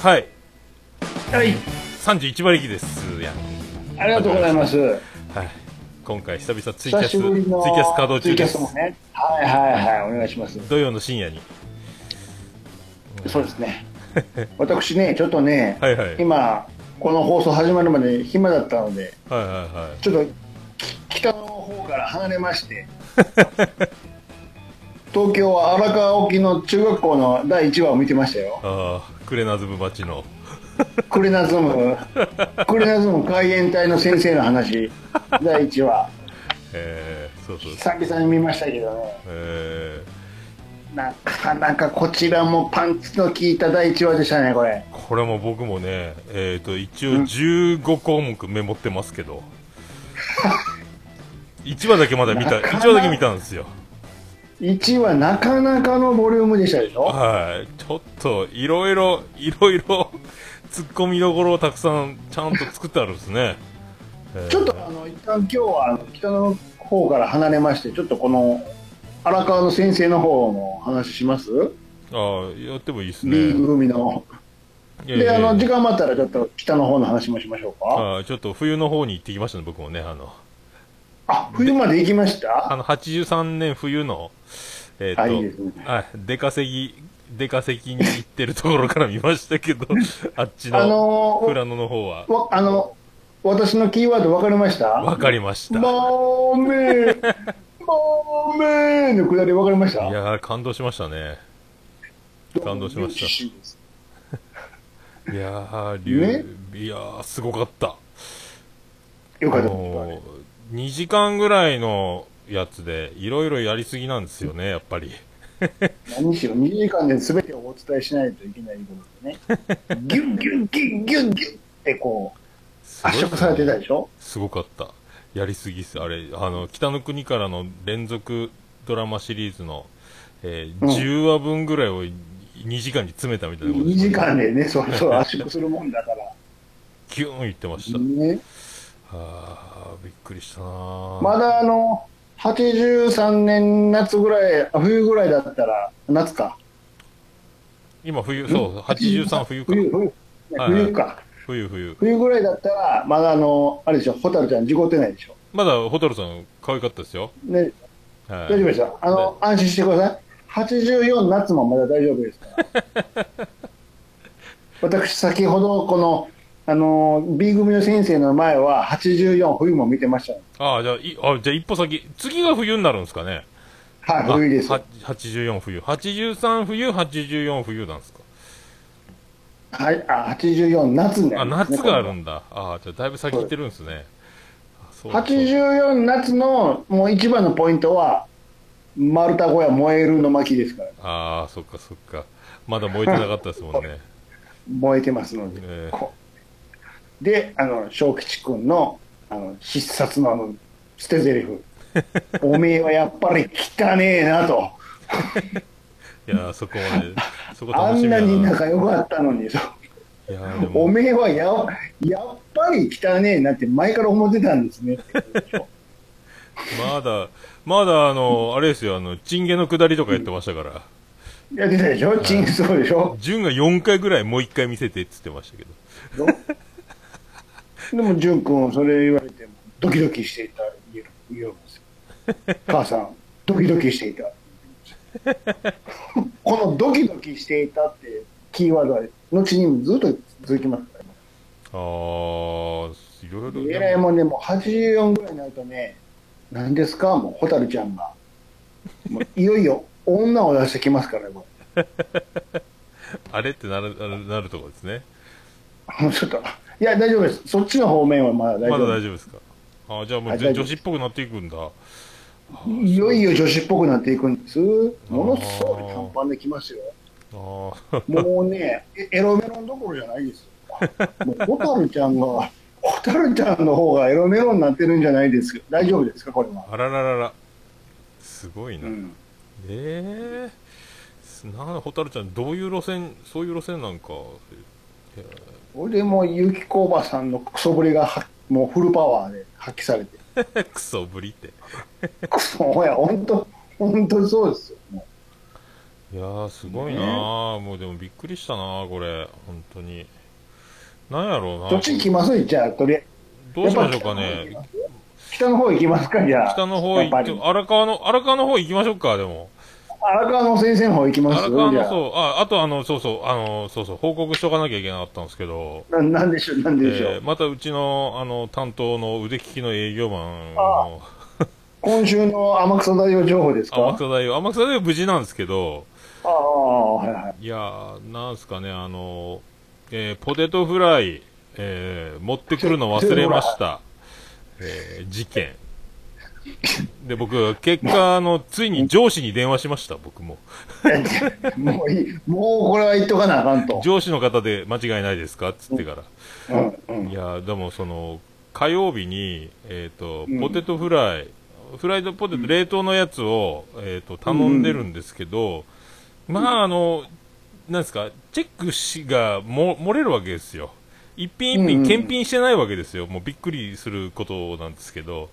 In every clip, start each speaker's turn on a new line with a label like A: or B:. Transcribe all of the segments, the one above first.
A: はい
B: はい、
A: 31馬力ですやん
B: ありがとうございます。
A: はい今回久々ツイキャ
B: 久
A: スツ
B: し
A: イキ
B: ぶりの
A: ャス稼働
B: ツイ
A: 中
B: キ
A: で
B: ャス
A: す
B: もね。はいはいはい、お願いします。
A: 土曜の深夜に
B: そうです ね。私ね、ちょっとね、
A: はいはいはい
B: 今、この放送始まるまで暇だったので、
A: はいは
B: ちょっとき北の方から離れま して、東京は荒川沖の中学校の第1話を見てましたよ
A: い。ああクレナズム町の
B: クレナズ ム、クレナズム海援隊の先生の話、第1話。
A: えー、そうそう
B: 久々に見ましたけどね。
A: え
B: なかなかこちらもパンチの効いた第1話でしたね、これ。
A: ー、これも僕もねえっ、と一応15項目メモってますけど、 一1話だけまだ見た
B: なかな
A: 1話だけ見たんですよ
B: 1話なかなかのボリュームでしたでしょ
A: はい、ちょっといろいろ、いろいろ、突っ込みどころをたくさん、ちゃんと作ってあるんですね。えー
B: ちょっとあの、一旦今日はあの北の方から離れまして、ちょっとこの荒川の先生の方の話します、
A: ああ、やってもいいですね。
B: ?B 組の。
A: いやい
B: で、
A: や
B: あ
A: いや
B: の、時間余ったらちょっと北の方の話もしましょうか。
A: ああちょっと冬の方に行ってきましたね、僕もね。あの、
B: あ、冬まで行きまし
A: あ
B: た
A: の83年冬の、え
B: あ、いいです
A: ー、
B: ね。
A: と、あ出稼ぎ、出稼ぎに行ってるところから見ましたけど、 あっち
B: あ
A: の、
B: の
A: 富良野の方は、
B: わあの、私のキーワード分かりました
A: わかりました。
B: まーめー、まーめーのくだり分かりました。
A: いやー、感動しましたね。感動しましたいやー、竜、いやー、すごかった。
B: よかったです。
A: もう2時間ぐらいのやつでいろいろやりすぎなんですよねやっぱり
B: 何しろ2時間で全てをお伝えしないといけないことでね、ギュンギュンギュンギュンギュンってこう、
A: すごい
B: 圧縮されてたでしょ
A: すごかったやりすぎっすあれあの北の国からの連続ドラマシリーズの、えー
B: うん
A: 10話分ぐらいを2時間に詰めたみたいなことで
B: ?2
A: す
B: 時間でね、そうそう圧縮するも んだから。
A: キューン言ってました
B: ね、
A: あーびっくりしたなー
B: まだあの、83年夏ぐらい、あ冬ぐらいだったら、夏か。
A: 今冬そう83冬か
B: 冬、冬
A: はいはい
B: 冬か。
A: 冬冬
B: 冬ぐらいだったら、まだあの、あれでしょ、蛍ちゃん事故ってないでしょ。
A: まだ蛍さん可愛かったですよ、
B: ね、
A: はい、
B: 大丈夫ですよ。あの、安心してください。84夏もまだ大丈夫ですから。 私、先ほど、この、あのー、B 組の先生の前は、84冬も見てましたね。
A: ああじゃあいあじゃあ一歩先次が冬になるんですかね
B: はい、冬です。
A: は84冬。83冬、84冬なんですか。
B: はい、あ、84夏ね。
A: あ、夏があるんだ。あーじゃあだいぶ先行ってるんですね。あそうだそうだ
B: 84夏の、もう一番のポイントは、丸太小屋燃えるの巻ですから、
A: あー、そっかそっか。まだ燃えてなかったですも んね。
B: 燃えてますので。
A: え
B: こうで、あの、小吉君の、あの、必殺のあの、捨 て台詞。おめえはやっぱり汚ねえなと。
A: ーいやー、そこまで、そこ
B: あ
A: 楽し
B: ん
A: み
B: な
A: だ
B: に
A: な。い
B: 仲良かったのに、そう
A: やーで
B: お
A: も、
B: めえはややっぱり汚ねえなって前から思ってた んですねってことでしょ。
A: まだ、まだあの、あれですよ、あの、チンゲの下りとかやってましたから。
B: いやってたでしょチンそうでしょ
A: 純が4回ぐらいもう1回見せてって言ってましたけど。
B: どでも、淳君、それ言われても、ドキドキしていた、言う言うんですよ。母さん、ドキドキしていた。 このドキドキしていたってキーワードは、後にずっと続きますからね。
A: あー、いろいろでも。
B: えらいもんね、もう84ぐらいになるとね、何ですか、もう、蛍ちゃんが。もういよいよ、女を出してきますから、も
A: あれってなる、なるなるとこですね。
B: うもうちょっと。いや、大丈夫です。そっちの方面はまだ大丈
A: まだ
B: 夫
A: 大丈夫ですか。あじゃあも
B: は
A: う
B: い
A: ぜ
B: 大丈
A: 女
B: 夫
A: 子っぽくなっていくんだ。
B: いよいよ女子っぽくなっていくんです。ものすごい短パンできますよ。
A: ああ、
B: もうね、えエロメロンどころじゃないです よ。もう、ホタルちゃんが、ホタルちゃんの方がエロメロンになってるんじゃないですか。大丈夫ですか、これは。
A: あらららら。すごいな。
B: うん。
A: ええなんだ、蛍ちゃん、どういう路線、そういう路線なんか。
B: 俺も、ゆきこおばさんのクソぶりがは、もうフルパワーで発揮されて。
A: クソぶりって。
B: クソ、ほや、ほんと、ほんとそうですよ。も
A: いやーすごいなー、もうでもびっくりしたなーこれ本当になんやろうな
B: どっち行きますじゃあ、とりあえ
A: どうしましょうかね
B: ず。北の方行きますかじゃあ。
A: 北の方
B: やっぱ
A: 行
B: り
A: って荒川の荒川の方行きましょうかでも
B: 荒川の先生の方行きます
A: 荒川
B: じ
A: の
B: ゃ
A: そうああとあのそうそうあのそうそう報告しとかなきゃいけなかったんですけど
B: あ。ななんでしょう、なんでしょう。
A: えーまたうちのあの担当の腕利きの営業マンの
B: 今週の天草大王情報ですか
A: 天草大王天草大王無事なんですけど
B: ああ、はいはい。
A: いやーなんすかねあの、えーポテトフライ、えー持ってくるの忘れました、えー事件で僕結果あのついに上司に電話しました僕も
B: もういい。もうこれは言っとかなあかんと。
A: 上司の方で間違いないですかっつってから
B: うんう
A: い
B: ん。
A: やーでもその火曜日に、えーと
B: うん
A: ポテトフライ、フライドポテト、冷凍のやつを、えー、と頼んでるんですけど、まああのなんですかチェックしがも漏れるわけですよ一品一
B: うんう
A: 品
B: ん
A: 検品してないわけですよ、もうびっくりすることなんですけど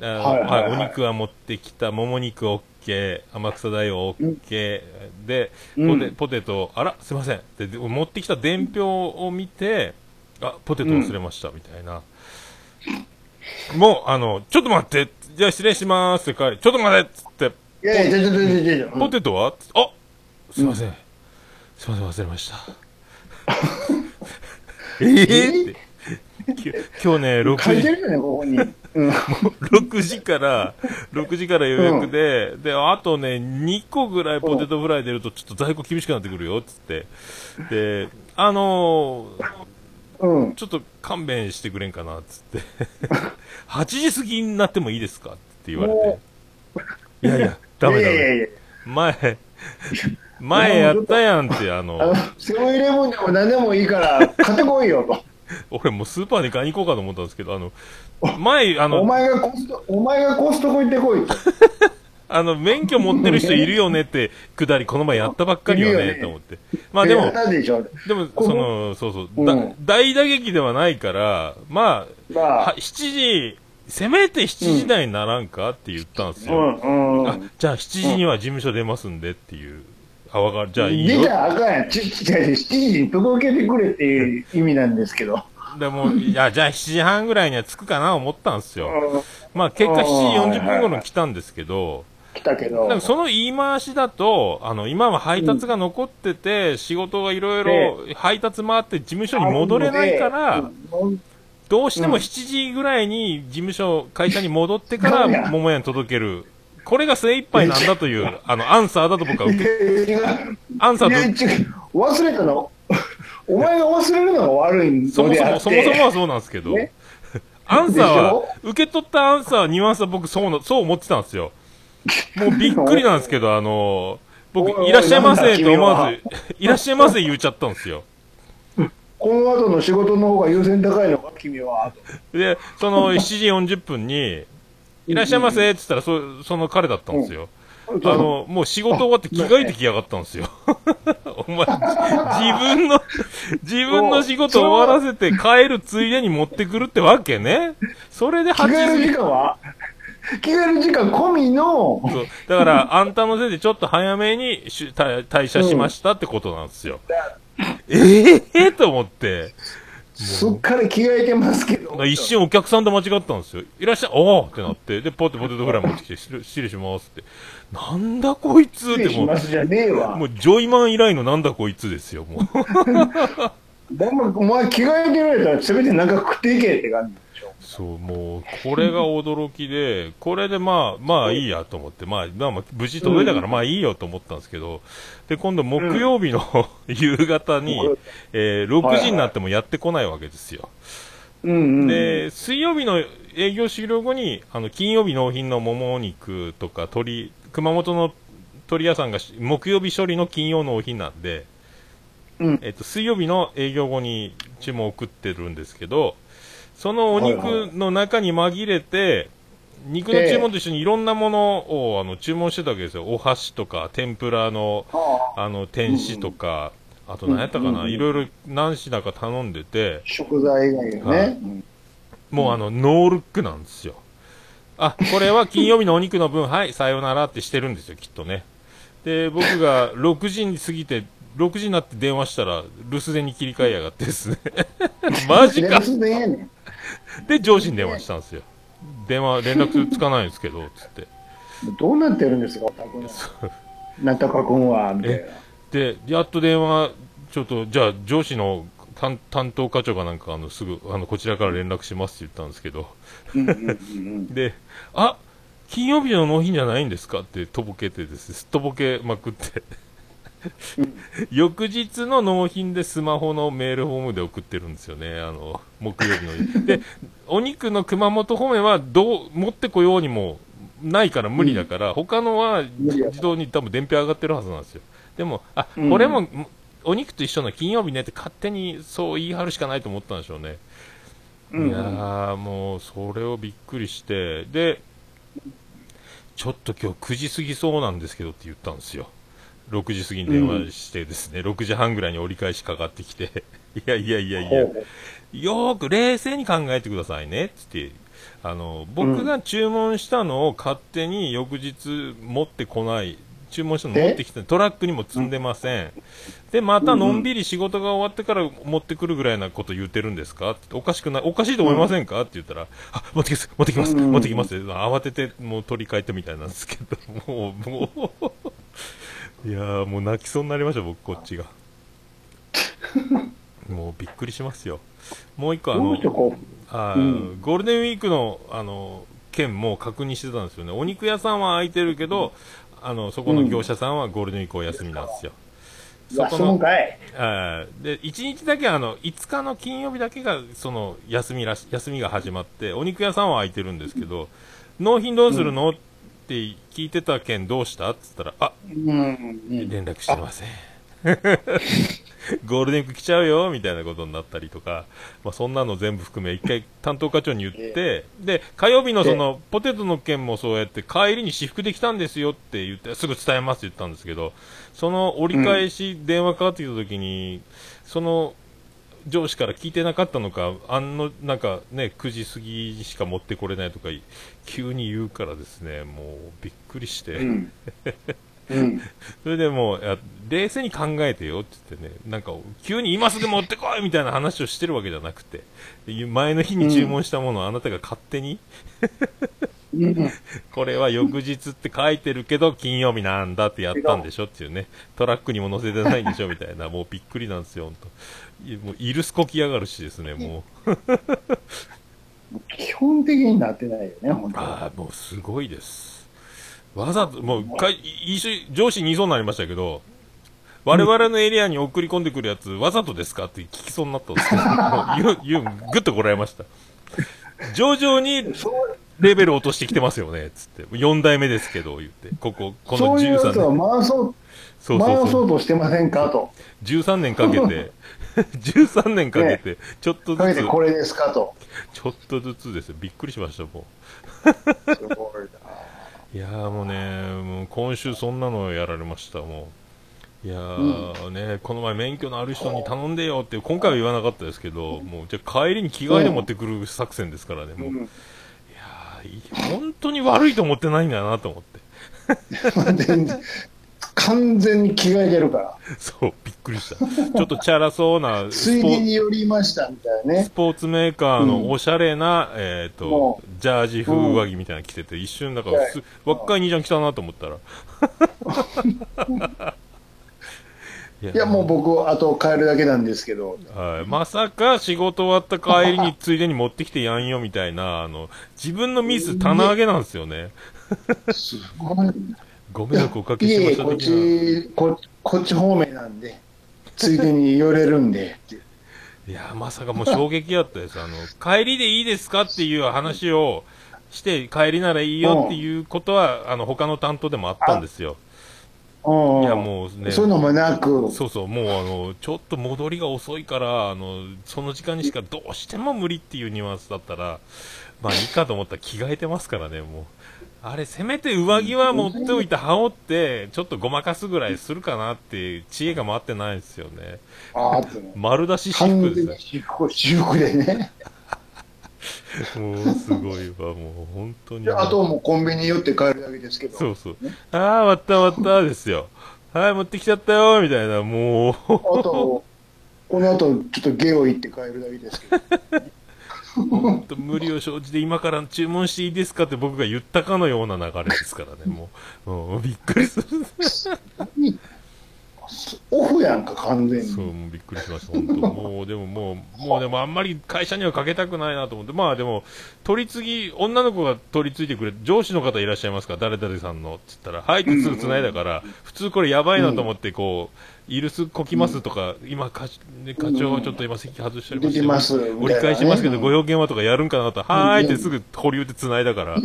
A: あー
B: はいはいはい
A: はいお肉は持ってきたもも肉 OK 天草大王 OK、でポテ
B: うん
A: ポテト、あら、すいませんでで持ってきた伝票を見て、あポテト忘れました、みたいな、もう、あの、ちょっと待って、じゃあ失礼しますって帰り、ちょっと待ってっつって、
B: いやいや、ちょちょちょちょちょ。
A: ポテトは、あすいません、すいません、忘れました。 えー、ってき今日ね、6
B: 書い
A: 時
B: てるよね、ここに。うん。
A: 6時から、6時から予約で、で、あとね、2個ぐらいポテトフライ出ると、ちょっと在庫厳しくなってくるよ、つって。で、あのー
B: うん。
A: ちょっと勘弁してくれんかな、つって。8時過ぎになってもいいですかって言われて
B: も。
A: いやいや、ダメダ
B: いやいや
A: メ。
B: いや。
A: 前、前やったやんって、あ
B: あ
A: の
B: の、、セブンイレブンでも何でもいいから、買ってこいよと。
A: 俺もうスーパーに買いに行こうかと思ったんですけど、あの、前、あ
B: お
A: の、
B: 前がコスト、お前がコストコ行ってこいと。
A: あの、免許持ってる人いるよねって、くだり、この前やったばっかりよ
B: いる
A: ね、
B: よね
A: と思って。まあでも、
B: なんでしょう。
A: でも、
B: こ
A: そ
B: の
A: の、そうそう、
B: うん
A: だ大打撃ではないから、ま
B: ま
A: あ、
B: あ
A: は、7時、せめて7時台にならんかって言ったんです
B: う
A: よ。
B: んう
A: あ
B: ん。、
A: じゃあ7時には事務所出ますんでっていう。あ、わかる。じゃあいい
B: 出
A: よ
B: ち。ゃあかんやん。ちちちゃ7時に届けてくれっていう意味なんですけど。
A: でも、いや、じゃあ7時半ぐらいには着くかな思ったんですよ。
B: うん
A: まあ、結果7時40分
B: はいはいは
A: 頃
B: い
A: 来たんですけど、
B: 来たけど。
A: でもその言い回しだと、あの、今は配達が残ってて、仕事がいろいろ配達回って事務所に戻れないから、
B: うん
A: どうしても
B: うん
A: 7時ぐらいに事務所、会社に戻ってか
B: そうや
A: ら桃屋に届ける。これが精一杯なんだという、あの、アンサーだと僕は受
B: い
A: け、
B: や違う
A: アンサ
B: いや違
A: ー
B: う
A: と、
B: 忘れ たのお前が忘れるのが悪い
A: そ
B: の
A: も
B: で
A: そ
B: あ
A: も、
B: って
A: そもそもはそうなんですけど
B: ね、
A: アンサー
B: でし
A: は
B: ょ、
A: 受け取ったアンサー、ニュアンスは僕そうな、そう思ってたんです よ。もうびっくりなんですけど、あの、僕
B: おいお、い
A: いらっしゃいませって思わ
B: なん
A: ず、いらっしゃいませ言っちゃったんですよ。
B: この後の仕事の方が優先高いのか君は
A: で、そ の7時40分に、いらっしゃいませって言ったら、そその彼だったんですよ。
B: あ
A: あの、もう仕事終わって着替えてきやがったんですよ。 お前、自分の、自分の仕事終わらせて帰るついでに持ってくるってわけね。それで
B: 着替える
A: 8
B: 時
A: 時。
B: 間は着替える時間込みの
A: そうだから、あんたのせいでちょっと早めにしゅ退退社しましたってことなんですよ。ええと思って、
B: すっかり着替えてますけど
A: 一瞬お客さんと間違ったんですよ。いらっしゃい、おーってなって、で、ポテポテトフライ持ってきて、失礼失礼しますって。なんだこいつっ
B: 失
A: て
B: 礼し
A: も
B: ますじゃねえ
A: う、
B: わ
A: もうジョイマン以来のなんだこいつですよ、もう。
B: お前お前着替えてるやったらせめてなんか食っていけって感じでしょ
A: そう、もう、これが驚きで、これでまあ、まあいいやと思って、まあ、まあまあ、無事届いたからまあいいよと思ったんですけど、で、今度木曜日の 夕方に、えー6時になってもやってこないわけですよ。
B: うんうん
A: で、水曜日の営業終了後に、あの、金曜日納品の桃肉とか鳥、熊本の鳥屋さんがし木曜日処理の金曜納品なんで、
B: うん
A: えっと、水曜日の営業後に注文を送ってるんですけど、そのお肉の中に紛れて、肉の注文と一緒にいろんなものをあの注文してたわけですよ。お箸とか、天ぷらの、
B: はあ
A: あの、天使とか、あと何やったか
B: うん
A: な、
B: うん
A: いろいろ何品か頼んでて、
B: 食材以外よ
A: はい
B: ねうん
A: もうあの、ノールックなんですよ。あ、これは金曜日のお肉の分、はい、さようならってしてるんですよ、きっとね。で、僕が6時に過ぎて、6時になって電話したら、留守電に切り替えやがってですね。マジか
B: レスでええねん。
A: で、上司に電話したんですよ。電話、連絡つかないんですけど、つって。
B: どうなってるんですか、お宅の。なんとか君は、みたいな。
A: で、やっと電話、ちょっと、じゃあ、上司の担担当課長かなんか、あの、すぐ、あの、こちらから連絡しますって言ったんですけど、
B: うんうんうん
A: で、あ金曜日の納品じゃないんですかってとぼけてですね、すっとぼけまくって、翌日の納品でスマホのメールフォームで送ってるんですよね、あの木曜日の。で、お肉の熊本方面はどう持ってこようにもないから無理だから、他のは
B: 無理やから
A: 自動に多分伝票上がってるはずなんですよ。でも、あ、
B: うん
A: これもお肉と一緒の金曜日ねって勝手にそう言い張るしかないと思ったんでしょうね。
B: うん。
A: いやーもうそれをびっくりしてでちょっと今日9時過ぎそうなんですけどって言ったんですよ6時過ぎに電話してですね、6時半ぐらいに折り返しかかってきて いやいやいやいや
B: ほう
A: よーく冷静に考えてくださいねっつってあの僕が注文したのを勝手に翌日持ってこない注文したの持ってきてトラックにも積んでませんでまたのんびり仕事が終わってから持ってくるぐらいなこと言ってるんですかっておかしくないおかしいと思いませんかって言ったらあ持ってきます持ってきます
B: うん
A: 持ってきます慌ててもう取り替えたみたいなんですけどもうもういやーもう泣きそうになりました僕こっちがもうびっくりしますよもう一個あ
B: ど
A: の
B: うしてこ
A: あ
B: う
A: ーゴールデンウィークのあの件も確認してたんですよね、お肉屋さんは空いてるけど、あのそこの業者さんはゴールデンウィークお休みなんですよ。
B: う、
A: そ
B: 休
A: こ
B: むん
A: の
B: かい。
A: あーで1日だけあの、5日の金曜日だけがその休みらし休みが始まって、お肉屋さんは空いてるんですけど、納品どうするの、って聞いてた件どうしたって言ったら、あ
B: うんうん。
A: 連絡してません。 ゴールデンウィーク来ちゃうよみたいなことになったりとか、まあ、そんなの全部含め、一回担当課長に言って、で火曜日のそのポテトの件もそうやって、帰りに私服で来たんですよって言って、すぐ伝えますって言ったんですけど、その折り返し、電話かかってきた時に、その上司から聞いてなかったのか、あんのなんかね、9時過ぎにしか持ってこれないとか、急に言うからですね、もうびっくりして。
B: うん。うん。
A: それでもう、いや冷静に考えてよって言ってね、なんか、急に今すぐ持ってこいみたいな話をしてるわけじゃなくて、前の日に注文したものをあなたが勝手に、
B: うん。
A: これは翌日って書いてるけど、金曜日なんだってやったんでしょっていうね、トラックにも載せてないんでしょみたいな、もうびっくりなんですよ、ほんと。いもう、イルスこきやがるしですね、もう。
B: 基本的になってないよね、本当に。
A: ああ、もうすごいです。わざと、もう、かい一緒に上司に言いそうになりましたけど、我々のエリアに送り込んでくるやつ、わざとですかって聞きそうになったんですけど、も う、言う、言う、ぐっとこらえました。徐々に
B: そう
A: レベル落としてきてますよね、つって。4代目ですけど、言って。ここ、こ
B: そ
A: の
B: ういうやつ
A: 13年。
B: は回そう、
A: そうそう
B: 回
A: そ。
B: そううとしてませんかと。
A: 13年かけて、13年かけて、ちょっと
B: か
A: ず
B: け
A: つ
B: て、これですかと。
A: ちょっとずつですよ。びっくりしました、もう。
B: すごい
A: いやーもうね、もう今週そんなのやられました、もう。いやー、ね、この前免許のある人に頼んでよって、今回は言わなかったですけど、もう、じゃあ帰りに着替えで持ってくる作戦ですからね、もう。い
B: な。
A: やーい本当に悪いと思ってないんだなと思って。
B: うん、全然完全に着替えてるから。
A: そう、びっくりした。ちょっとチャラそうな、
B: つ
A: ス
B: い
A: ポ
B: で
A: ー
B: に寄りましたみたいな
A: ス
B: ね。
A: ポーツメーカー
B: う
A: の
B: ん
A: おしゃれな、えっ、と
B: も、
A: ジャージ風上着みたいなの着てて、一瞬、だから、
B: はい
A: 普通若い兄ちゃん来たなと思 ったら。いや
B: いや、もう僕、あと変えるだけなんですけど。
A: はい、まさか仕事終わった帰りについでに持ってきてやんよみたいな、あの、自分のミス棚上げなんですよね。
B: すごい。
A: ご迷惑をおかけ
B: い
A: し
B: え
A: ま
B: いえ、
A: した
B: こっ
A: 的な。
B: ち、ここっち方面なんで、ついでに寄れる んで。
A: いや、まさかもう衝撃やったです。あの、帰りでいいですかっていう話をして、帰りならいいよっていうことは、あの、他の担当でもあったんですよ。
B: うん。
A: いや、もうね。
B: そういうのもなく、
A: そうそう、もうあの、ちょっと戻りが遅いから、あの、その時間にしかどうしても無理っていうニュアンスだったら、まあいいかと思ったら着替えてますからね、もう。あれ、せめて上着は持っておいて羽織って、ちょっとごまかすぐらいするかなって、知恵が回ってないんですよね。
B: あーってね。
A: 丸出し私
B: 完
A: 服で
B: 全
A: す
B: に
A: ね。
B: 私服私服でね。
A: もうすごいわ、もう本当に。
B: であとはもうコンビニ寄って帰るだけですけど。
A: そうそう。ああ、割った割ったですよ。はい、持ってきちゃったよ、みたいな、もう、
B: あと、この後、ちょっとゲオ行って帰るだけですけど。
A: 本当無理を生じて今から注文していいですかって僕が言ったかのような流れですからね、もう、 もうびっくりする。
B: オフやんか、完全
A: そう、
B: に。
A: もうびっくりしました、本 当。もう、でももう、もうでもあんまり会社にはかけたくないなと思って、まあでも、取り次ぎ、女の子が取り次いでくれ、上司の方いらっしゃいますか、誰々さんの、つったら、はいってすぐ繋いだから、普通これやばいなと思って、こう、イルスこきますとか、今課、ね、課長ちょっと今席外しておりま
B: 出
A: して
B: ます。みたいなね
A: 折り返しますけど、ご用件はとかやるんかなと、はーいってすぐ保留で繋いだから、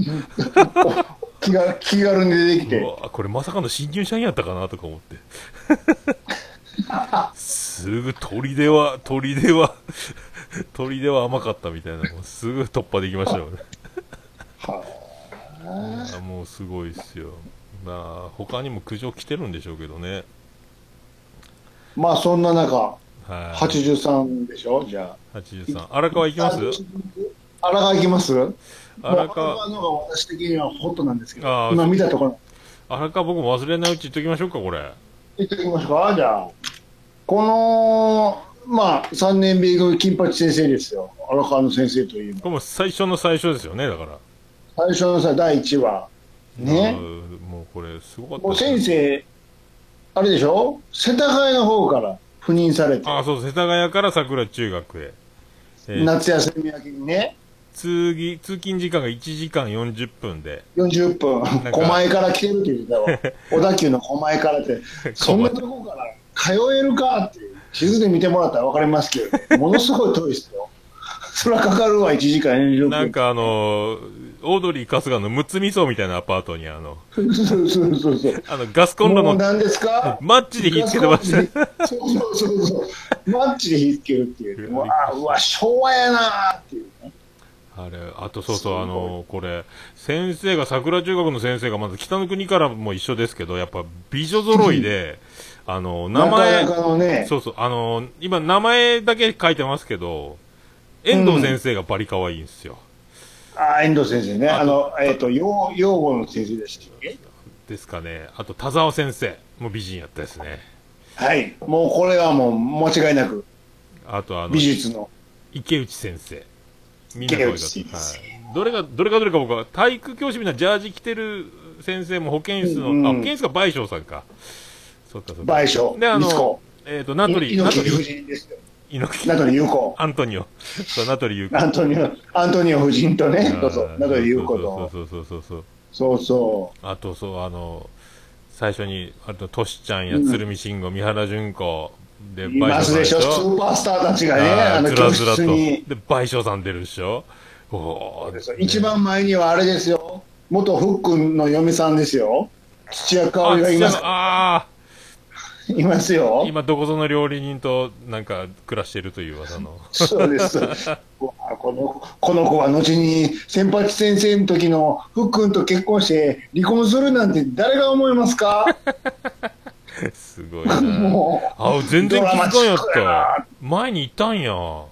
B: 気が気軽に出てき
A: う
B: て。
A: わこれまさかの新入社員やったかなとか思 って。すぐ鳥では、鳥では、鳥では甘かったみたいな、もうすぐ突破できましたよね。いやもうすごいっすよ。まあ、他にも苦情来てるんでしょうけどね。
B: まあ、そんな中、
A: はい。
B: 83でしょじゃ
A: 83。荒川行き
B: あ。
A: ます
B: あ荒川行きます
A: 荒
B: もう
A: 川、
B: のが私的にはホットなんですけ
A: あ
B: ど
A: ー、
B: 今見たところ、
A: 荒川僕も忘れないうち行っときましょうか、これ。
B: 言っておきましょうか、じゃあ。この、まあ、3年 B 組金八先生ですよ。荒川の先生という
A: これも最初の最初ですよね、だから。
B: 最初のさ、第1話。ね
A: あ。ーもうこれ、すごかった
B: も
A: っ
B: う
A: すね
B: 先生、あれでしょ世田谷の方から赴任されて、
A: あ、そう、世田谷から桜中学へ。えー
B: 夏休み明けにね、
A: 通ぎ通勤時間が1時間40分で、
B: 40分
A: か、
B: 狛江から来てるって言って たわ。小田急の狛江からって、そんなとこから通えるかっていう、地図で見てもらったら分かりますけど ね、ものすごい遠いですよ。そりゃかかるわ、1時間40
A: なん
B: 分。
A: かあのーオードリー春日のむつみ荘みたいなアパートにあの、
B: そうそうそうそう。
A: あのガスコンロ
B: もう
A: の
B: 何ですか
A: マッチで火つけてました。い
B: そうそうそうそう。マッチで火つけるっていう。うわあ、うわ、昭和やなーっていうね。
A: あれ、あとそうそう、あのーこれ、先生が、桜中学の先生がまず北の国からも一緒ですけど、やっぱ美女揃いで、あのー名前
B: な、かなかのね、
A: そうそう、あのー今名前だけ書いてますけど、遠藤先生がバリ可愛いんですよ。
B: あ遠藤先生ね、
A: あ
B: あ
A: と
B: の、えっ、と、養養護の先生でしたっけ
A: ですかね。あと田沢先生も美人やったですね。
B: はい、もうこれはもう間違いなく、
A: あとあの
B: 美、術の、
A: 池内先生。みんな可愛かった
B: 池内先生
A: はい。どれが、どれがどれか僕は、体育教師みたいなジャージ着てる先生も保健室の、
B: うんうん
A: あ、保健室が倍賞さんか。そっかそっか。
B: 倍賞
A: で、あ
B: 光
A: の
B: 子、
A: えっ、と、名取、
B: い
A: 名
B: 猪木
A: 取、
B: 夫人ですよ。
A: 猪木
B: 名取裕子。
A: アントニオ。そう、名取優子。
B: アントニオ、アントニオ夫人とね、そうそう
A: あ、ー
B: 名取裕子と、
A: そうそうそうそうそうそう。
B: そうそ
A: あと、そう、あの、最初に、あと、トシちゃんや鶴見慎吾、三原淳子、で、
B: う、いますでしょ、スーパースターたちがね、あ
A: あー
B: の
A: ずら
B: 教
A: ずらと。
B: 室
A: で
B: に。、
A: 賠償さん出るでしょおー
B: 一番前にはあれですよ、元フックンの嫁さんですよ、土屋香
A: あ
B: 織がいます
A: あ
B: います
A: あー
B: よ。
A: 今どこぞの料理人となんか暮らしてるという噂の。
B: そう です。うわこのこの子は後に先輩先生の時のふっくんと結婚して離婚するなんて誰が思いますか
A: すごいな。
B: も
A: あ、全然気づかんやっ
B: ドラマチ
A: た。前にいたんや。
B: う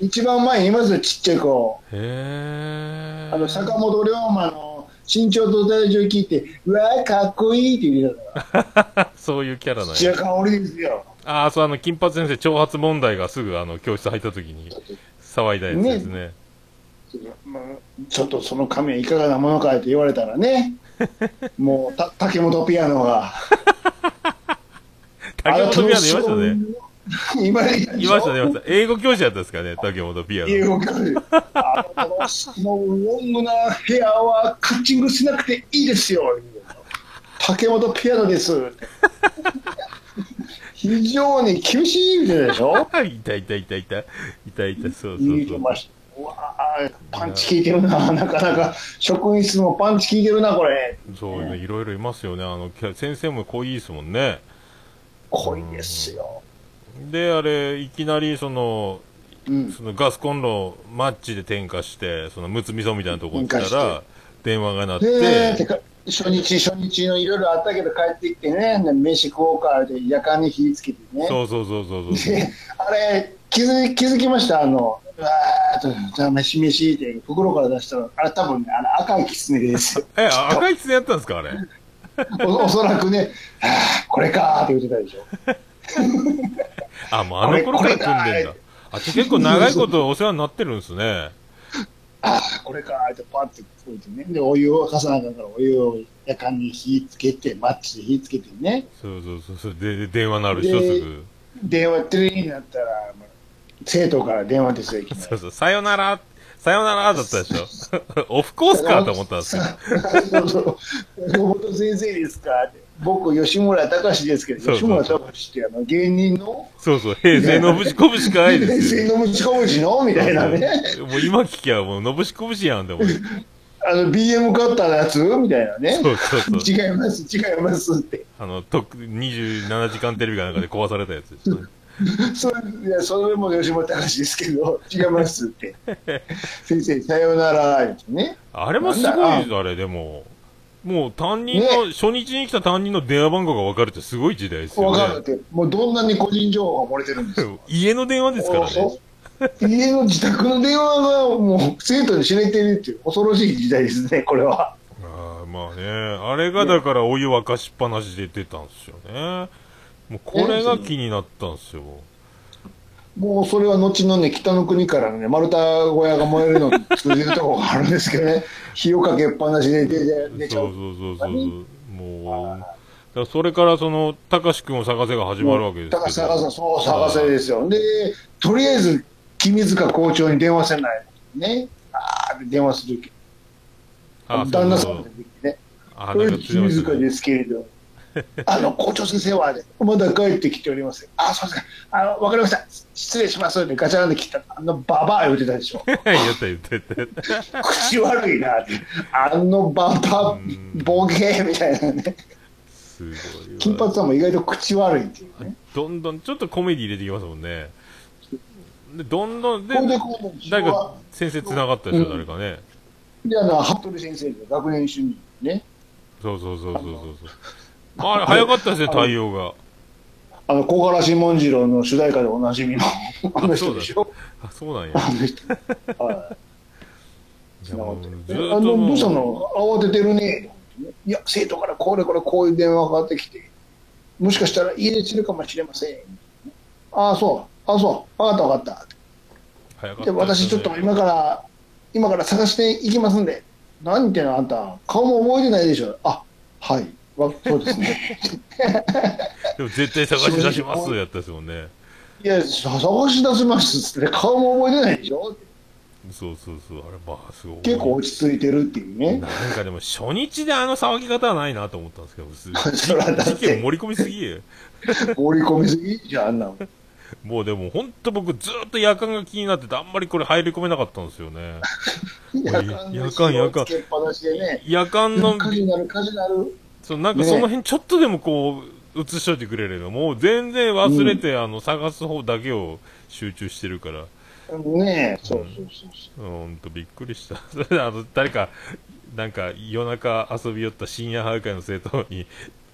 B: 一番前にいますよちっちゃい子
A: へえ。
B: あの坂本龍馬の身長と体重聞いてうわーかっこいいって言ってたか
A: そういうキャラ
B: ら
A: なん
B: 土屋
A: や。
B: 香織ですよ
A: ああ、そう、あの、金髪先生、挑発問題がすぐあの、教室入った時に騒いだやつですね。
B: まあちょっとその髪はいかがなものかって言われたらねもうた竹本ピアノが
A: 竹本ピアノいましたね。
B: ねいましたで
A: い
B: しょ
A: ましたね、いました。英語教師やったですかね、竹本ピアノ。
B: 英語教育。あの、もうロングなヘアはカッチングしなくていいですよ。竹本ピアノです。非常に厳しいみたいでしょ
A: あいたいたいたいた。いたいた、そうそう
B: 言
A: そうう
B: て。ました。うわあパンチ効いてるな、なかなか職員室もパンチ効いてるな、これ、
A: そうね、いろいろいますよね。あの、き先生も濃いですもんね。
B: 濃いですよ、
A: で、あれ、いきなり、その、
B: うん、
A: そのガスコンロをマッチで点火して、その、むつみそみたいなとこに来た
B: 点火し
A: ら、電話が鳴っ
B: でて
A: て、
B: か初日、初日のいろいろあったけど、帰ってきてね、で飯食おうかで、夜間に火つけてね、
A: そうそうそうそうそう。
B: であれ、昨気づ気づきましたあの、うわーっと、じゃあ飯飯って袋から出したら、あれ多分ね、あの赤いキツネですよ。
A: え、あ赤い狐やったんですか、あれ。
B: おおそらくね、あーこれかーって言ってたでしょ。
A: あ、もうあの頃から組んでんだ
B: これこれ。
A: あ、じゃあ結構長いことお世話になってるんですね。
B: あーこれかーってパッて置いてね。で、お湯を沸かさなあかんから、お湯をやかんに火つけて、マッチで火つけてね。
A: そうそうそうそう。で、で電話なるでしょ、すぐ。
B: 電話、テレビになったら、まあ生徒から電話ですよ、いきなり
A: そうそう。さよなら、さよならだったでしょ。 オフコースかと思ったんですよ。
B: そうそう。山本先生ですかって。僕、吉村隆ですけど、
A: そうそう
B: 吉村隆ってあの芸人の
A: そうそう。平成のぶちこぶしかないで
B: 平
A: すよ。
B: 成のぶちこぶちのみたいなね。
A: もう今聞きゃもうのぶしこぶしやんでも。
B: あの、BM カッターのやつみたいなね。
A: そうそうそう。
B: 違います、違いますって。
A: あの、と27時間テレビかなんかで壊されたやつですね。
B: それいやそれも吉村隆ですけど、違いますって。先生、さようなら、言ってね。
A: あれもすご
B: なん
A: い、あれでも。もう担任の、初日に来た担任の電話番号が分かるってすごい時代ですよ
B: わ
A: ね。
B: かるって。もうどんなに個人情報が漏れてるんですよ。
A: 家の電話ですからね。
B: 家の自宅の電話がもう生徒に知れてるっていう恐ろしい時代ですね、これは。
A: あーまあね、あれがだからお湯沸かしっぱなしで出たんですよね。もうこれが気になったんですよ。
B: もうそれは後のね、北の国からね、丸太小屋が燃えるのに通じるところがあるんですけどね、火をかけっぱなしで出て
A: そう
B: 出ちゃ
A: そうう。そうそう。もう、だからそれからその、たかしくんを探せが始まるわけですけど。
B: 高瀬探せ、そう探せですよ。で、とりあえず、君塚校長に電話せない。ね。あーって電話する。
A: あー
B: 旦那
A: そ
B: さ
A: うんそうそ
B: の
A: う
B: 時にね。
A: あ
B: こ
A: ー、
B: れ
A: なんか強い
B: 君
A: です
B: 塚
A: ね。
B: ですけれど、あの校長先生は、ね、まだ帰ってきておりません。あ、そうですか。あの、わかりました。失礼します。でガチャンで切った。あの、ババア言ってたでしょ。
A: 言った言った言った。
B: 口悪いなって。あの、ババア
A: うん、
B: ボケみたいなね。
A: すごいわ。
B: 金髪さんも意外と口悪いっていうね。
A: どんどん、ちょっとコメディ入れてきますもんね。で、どんどん、で
B: こ、れで、こうで、
A: 誰
B: 今日
A: か
B: は
A: 先生繋がったでしょ、誰かね。
B: で、あの、服部先生の学年主任ね。
A: そうそうそうそうそうそう。あれ、早かったですね、対応が。
B: あの、小柄志文次郎の主題歌でおな じみの、あの人でしょ。
A: あ、そうなんや。
B: あの人。はい
A: いやもうず
B: え
A: ーっ
B: あ
A: と
B: の
A: もう
B: どうしたの慌ててるねいや生徒からこれこれこういう電話がかかってきてもしかしたら家出するかもしれませんああそうああそう分かった分かっ
A: 早か
B: た
A: った
B: で私ちょっと今から今から探していきますんで何言ってんのあんた顔も覚えてないでしょあはいわそうですね
A: でも絶対探し出しますやったですもんね。
B: いや探し出しますっつって顔も覚えてないでしょ
A: そうそうそう。あれ、まあ、すごい。
B: 結構落ち着いてるっていうね
A: なんかでも、初日であの騒ぎ方はないなと思ったんですけど、す
B: それはだっ
A: 事件
B: て
A: 盛り込みすぎよ
B: 盛り込みすぎじゃんあんなの
A: もうでも、ほんと僕、ずーっと夜間が気になってて、あんまりこれ入り込めなかったんですよね。
B: 夜
A: 夜間夜間
B: つけっぱなしでね
A: 夜間の、
B: 火事になる、火事になる。
A: そのなんか
B: ね
A: その辺ちょっとでもこう、映しといてくれれば、もう全然忘れて、あの、探す方だけを集中してるから。
B: ねえ、そうそうそうそ
A: うんほんとびっくりした。 それであの、誰か、なんか夜中遊び寄った深夜徘徊の生徒に、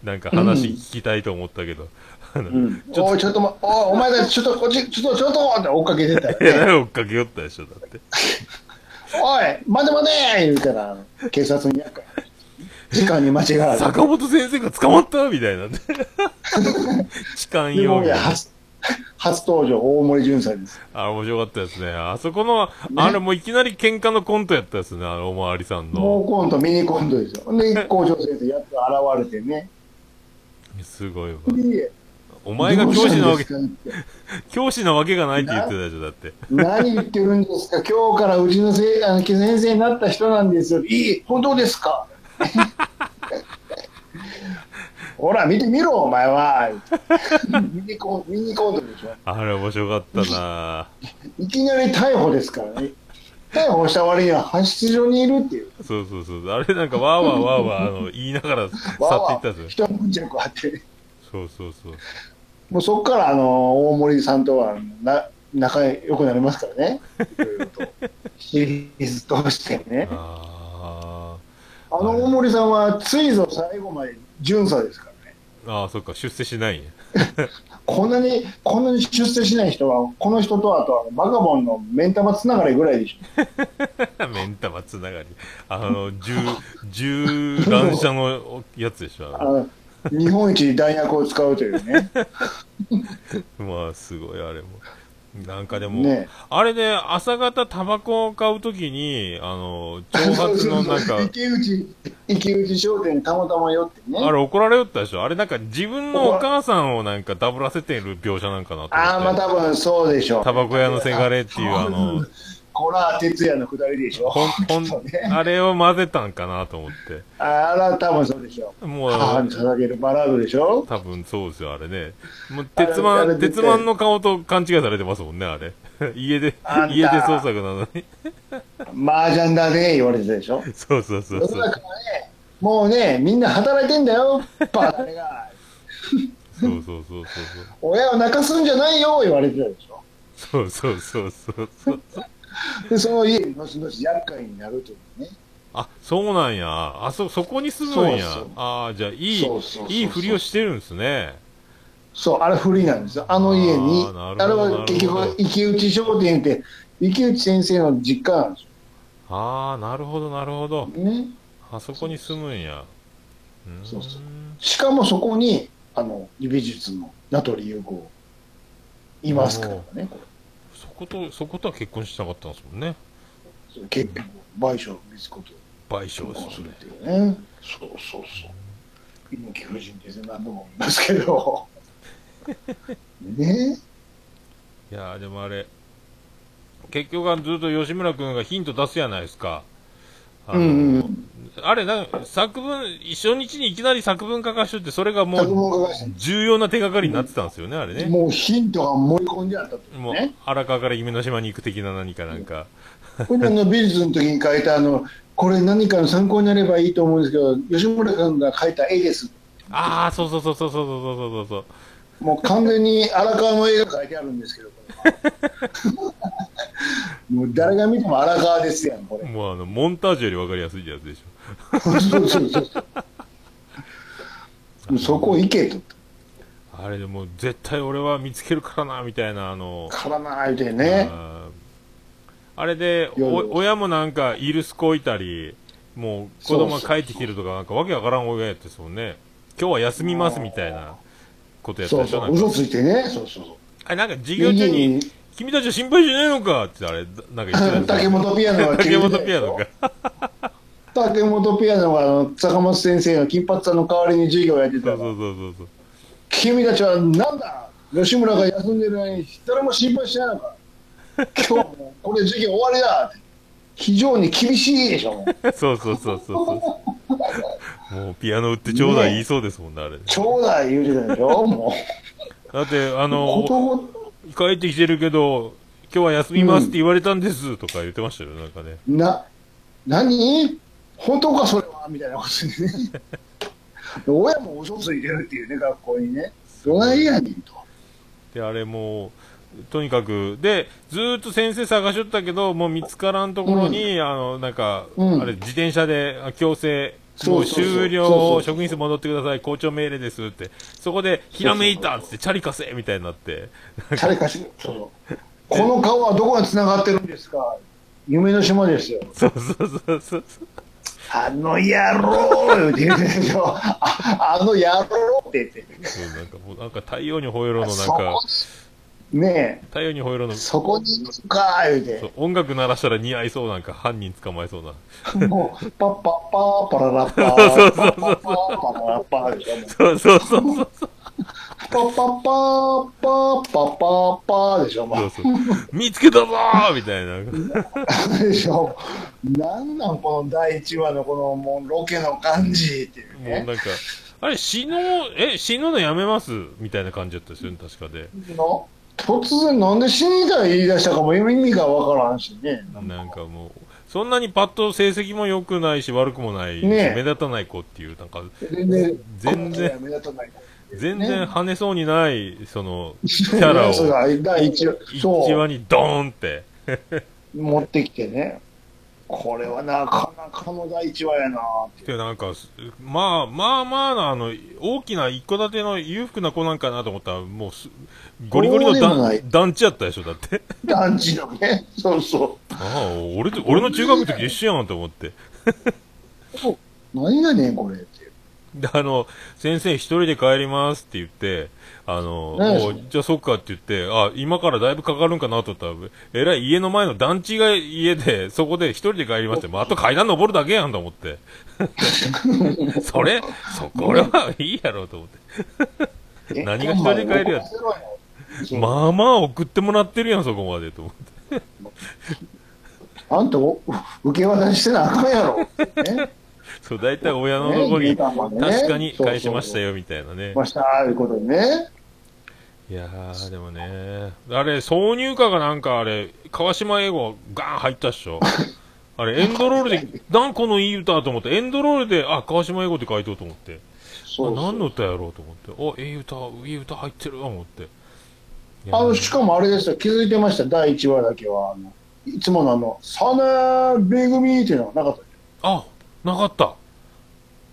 A: なんか話聞きたいと思ったけど、あの
B: う。うん、おい、ちょっと、ま、おい、お前たち、ちょっと、こっち、ちょっと、ちょっとって追っかけてたら
A: いや、
B: ね、
A: 誰追っかけ寄ったでしょ、だって。
B: おい、待て待て言うから、警察にやっか時間に間違われて。
A: 坂本先生が捕まったみたいなん で。痴漢
B: で
A: 容
B: も、い
A: 疑
B: や、。初、初登場、大森淳さんです。
A: あれ面白かったですね。あそこの、あれもういきなり喧嘩のコントやったですね、あの、おまわりさん
B: も
A: の。
B: うコント、ミニコントですよ。で、校長先生、やっと現れてね。
A: すごいわ。
B: で
A: お前が教師なわけ、
B: どうしたんですかって
A: 教師なわけがないって言ってたでしょ、だって。
B: 何言ってるんですか今日からうちのせいあの先生になった人なんですよ。いい、本当ですかほら、見てみろ、お前は。ミニコンミニコントでしょ。
A: あれ面白かったない
B: きなり逮捕ですからね。逮捕した割には派出所にいるっていう。
A: そうそうそう。あれなんかわーわーわーわーあの言いながら去っていったんですよ。
B: 一文着あって。
A: そうそうそう。
B: もうそこから、あの、大森さんとはな仲良くなりますからね。いろいろと。シリーズ通してね。
A: あ
B: あの大森さんはついぞ最後まで巡査ですからね。
A: あ。ああ、そっか、出世しないんや。
B: こんなに、こんなに出世しない人は、この人とあとはバカボンの目ん玉つながりぐらいでし
A: 目ん玉つながり。あの、銃、銃乱射のやつでし
B: ょ。
A: ょ。あ
B: あの日本一に弾薬を使うというね。
A: のまあ、すごい、あれも。なんかでも、
B: ね
A: あれで朝方タバコを買うときに、あの、挑発 のなんか、
B: 池内、池内商店にたまたま寄ってね。
A: あれ怒られよったでしょあれなんか自分のお母さんをなんかダブらせてる描写なんかなと思って。
B: ああ、まあ多分そうでしょう。
A: タバコ屋のせがれっていうあの、
B: コラー哲也のくだりでしょ。
A: ほん、ほ
B: きっと
A: ん
B: ね、
A: あれを混ぜたんかなと思っ
B: あら、多分そうでしょ
A: て。
B: う。
A: も
B: 母
A: う
B: に、捧げるバラードでしょ。
A: 多分そうですよ、あれね。もう、
B: あれ
A: 鉄
B: あれ
A: 腕、
B: 絶対
A: 鉄腕の顔と勘違いされてますもんね、あれ。 家で
B: あん、た
A: 家で捜索なのに。
B: 麻雀だね、言われてたでしょ。
A: そうそうそ
B: 世
A: う
B: の
A: そ
B: 中
A: う
B: は。ね、もうね、みんな働いてんだよ。バカれが。
A: そうそうそうそう。
B: 親を泣かすんじゃないよ、言われてたでしょ。
A: そうそうそうそうそう。
B: で、その家にのしのし厄介になるというね。
A: あ、そうなんや。あ、そ、そこに住むんや
B: そうそう。
A: ああ、じゃあ、いい
B: そうそうそう、そう
A: いいふりをしてるんですね。
B: そう、あれ不利なんですよ。あの家に。
A: あ
B: あ
A: ーなる
B: れ
A: ほど
B: は結
A: なるほ
B: 局、
A: ど
B: 池内商店って、池内先生の実家なんです
A: ああ、なるほど、なるほど。
B: よね。
A: あそこに住むんや。うーん
B: そうそうしかもそこに、あの、美術の名取裕子、いますからね。こ
A: そこと、そことは結婚しなかったんですもんね。
B: れ結局、賠償を見つこと
A: 賠償
B: を
A: です
B: す
A: よ
B: るっ
A: ね。
B: ていうね。そうそうそう。猪木夫人ですね、何度も言いますけど。ね
A: いやー、でもあれ、結局はずっと吉村君がヒント出すやないですか。あ
B: う
A: の
B: んうんうん。
A: あれなんか、作文、初日にいきなり作文書かしとって、それがも
B: 作
A: う
B: 文を書かせ
A: 重要な手がかりになってたんですよね、あれ
B: て、
A: ね。
B: もうヒントが盛り込んであったとい
A: も
B: う
A: う
B: ね。、
A: 荒川から夢の島に行く的な何かなんか。
B: 去年の美術の時に書いたあの、これ何かの参考になればいいと思うんですけど、吉村君が書いた絵です。
A: ああ、そうそうそうそうそうそうそうそう。
B: もう完全に荒川の絵が書いてあるんですけ ど、これはもう誰が見ても荒川ですやん、これ。
A: もうあの、モンタージュよりわかりやすいやつでし
B: そうそうそう そう。もうそこ行けと。
A: ょ。あれでも、絶対俺は見つけるからな、みたいな、あの、
B: 絡まないでね。
A: あーあれで、
B: いやいや
A: お親もなんか、イルスこいたり、もう、子供が帰ってきてるとか、なんか、わけわからん親やったですもんね。今日は休みます、みたいなことやった
B: そう
A: でしょ。
B: そ
A: な
B: う、
A: んか
B: 嘘ついてね。そうそうそう。
A: あれ、なんか、授業中
B: 家
A: に、
B: に
A: 君たちは心配しねえのかって、あれ、なんか言ってた
B: 竹
A: や
B: 本ピアノが
A: つ。 竹本ピアノ
B: が
A: か。
B: 竹本ピアノがあの坂本先生の金髪さんの代わりに授業をやってた
A: そう
B: ら
A: そうそうそうそう。
B: 君たちはなんだ吉村が休んでるのに誰も心配してないのか今日はもうこれ授業終わりだ非常に厳しいでしょもう
A: そうそうそうそうそう。もうピアノ売ってちょうだい言いそうですもんね、あれ。
B: ちょうだい言うてたでしょも
A: だって、あ
B: うこと
A: の、
B: ごと
A: 帰ってきてるけど、今日は休みますって言われたんですとか言ってましたよ、なんかね。
B: な何本当かそれはみたいなことでね親も嘘ついてるっていうね学校にねどないやねんと
A: で、あれもう、とにかく、で、ずーっと先生探しとったけど、もう見つからんところに、あの、なんか、
B: うん
A: あれ、自転車であ強制、
B: そ
A: もう
B: うそうそう
A: 終
B: そうそ
A: 了、
B: うそう
A: 職員室戻ってください、校長命令ですって、そこで、ひらめいたっつって、チャリ貸せみたいになって、
B: 誰かしそうそうこの顔はどこがつながってるんですか夢の島ですよ
A: そうそうそうそう。
B: あの野郎って言ってたでしょ。ああの野郎って言って。
A: そうなんか、もうなんか太陽に吠えろのなん
B: そ
A: か
B: こ、ね
A: 太陽に吠えろの
B: え、そこに行くか、言
A: そうう音楽鳴らしたら似合いそうなんか犯人捕まえそうな
B: て。もう、パッパッパー、パララッパ ー、パッパッパー、パララッパーでしょ。もう
A: そうそうそうそうそう
B: パッパッパー、パー、パッパッパーでしょ。もう
A: 見つけたぞーみたいな
B: でしょ。なんなん、この第1話のこの、もう、ロケの感じっていう
A: もう
B: ね。
A: なんかあれ死のえ死ぬのやめますみたいな感じだったですよね確かで
B: の突然、なんで死にたい言い出したかも意味がわからんしね。
A: なんかもうそんなにパッと成績も良くないし悪くもないし、
B: ねえ
A: 目立たない子っていうなんか
B: 全然、
A: 全然
B: 目立たない。
A: 全
B: ね
A: 然跳ねそうにないそ のキャラ
B: そう
A: を
B: だ第一話、
A: 一
B: そ
A: 話にドーンって
B: う、持ってきてね。これはなかなかの第一話やなって。
A: で、なんか、すまあ、まあまあな、あの、大きな一戸建ての裕福な子なんかなと思ったら、もうす、ゴリゴリの
B: そうでもな
A: 団
B: い
A: 団地やったでしょ、だ って。
B: 団地のね。そうそ
A: ああ、俺と、俺の中学の時一緒やんと思って。
B: う。何やねん、これって。
A: で、あの、先生一人で帰りますって言って、あの、
B: ねえ
A: もう、じゃあそっかって言って、あ、今からだいぶかかるんかなと思ったら、えらい家の前の団地が家で、そこで一人で帰りますって、まあ、あと階段登るだけやんと思 って。それ、そ、これはいいやろうと思って。
B: え
A: 何が一人で帰るやつ
B: こんなん怒らせろよ
A: まあまあ送ってもらってるやん、そこまでと思って。
B: あんたお受け渡ししてなあかん やろ。ね、
A: そう、大体親のとこ
B: ね
A: に、
B: 玄関までね
A: 確かに返しましたよ、みたいなね。
B: ましたああいうことにね。
A: いやー、でもね、あれ、挿入歌がなんかあれ、川島英語ガーン入ったっ しょ。あれ、エンドロールで、なんこのいい歌と思って、エンドロールで、あ、川島英語って書いとうと思って、
B: そうそ
A: あ
B: う
A: 何の歌やろうと思って、あ、いい歌、いい歌入ってると思って。いやー
B: あのしかもあれですよ、気づいてました、第1話だけは。あのいつものあの、サナーベグミっていうのがなかった。
A: あ、なかった。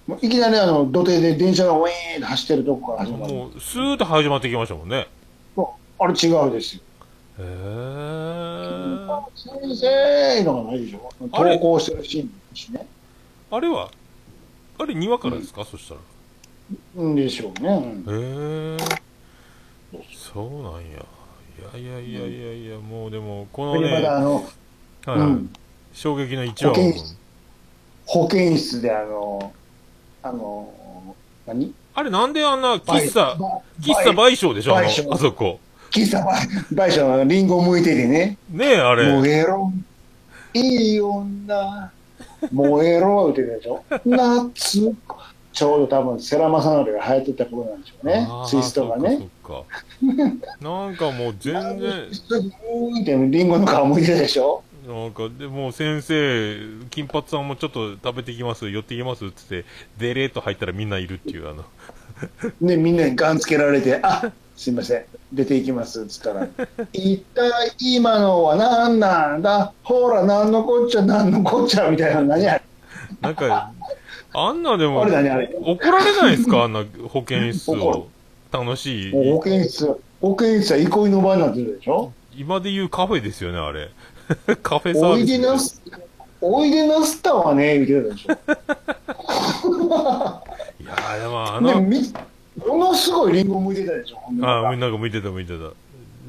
B: もういきなりあの土手で電車がウィーンって走ってるとこから始まる。
A: もう、スーッと始まってきましたもんね。
B: もうあれ違うですよ。
A: へー。
B: 先生のがないでしょ。
A: あれ
B: 投稿してるシーンですね。
A: あれは、あれ、庭からですか、そしたら。
B: うんでしょうね。うん
A: へえそうなんやいやいやいやいやいや、もうでもこの
B: でま
A: ね、
B: だあの、
A: はいは
B: う
A: い
B: ん、
A: 衝撃の一話を
B: 保健室保健室であの、あの、何
A: あれなんであんな喫茶
B: バイ
A: 喫茶賠償でしょあの
B: 賠償
A: あそこ
B: 喫茶バイ、バイシャのリンゴ剥いててね。
A: ねえあれ
B: 燃えろ、いい女、燃えろ、って言ってたでしょ。夏、ちょうど多分、セラマサナルが流行ってた頃なんでしょうね
A: あ。ー
B: ツイストが
A: そ
B: ね。
A: っかそっかなんかもう全然
B: すぐ、みたいなリンゴの皮剥いてたでしょ。
A: なんかでもう先生金髪さんもちょっと食べてきます寄ってきますっつってデレーと入ったらみんないるっていうあの
B: で、みんなにガンつけられて、あすいません、出ていきますっ つったら、一体今のは何なんだ、ほら、何のこっちゃ、何のこっちゃみたいな、何あれ、
A: なんか、あんなでも、
B: あれ何あれ
A: 怒られないです かあんな保健室を。楽しい。
B: もう保健室、保健室は憩いの場になってるでしょ。
A: 今で言うカフェですよね、あれ。 カフェサ
B: お
A: ー
B: い
A: ビ
B: でな
A: ス。
B: す、おいでなすったわね、言ってたでしょ。
A: いやーでもあ
B: で
A: の、
B: みものすごいリンゴ向いてたでしょ、ほんで
A: あーなんか向いてた向いてた。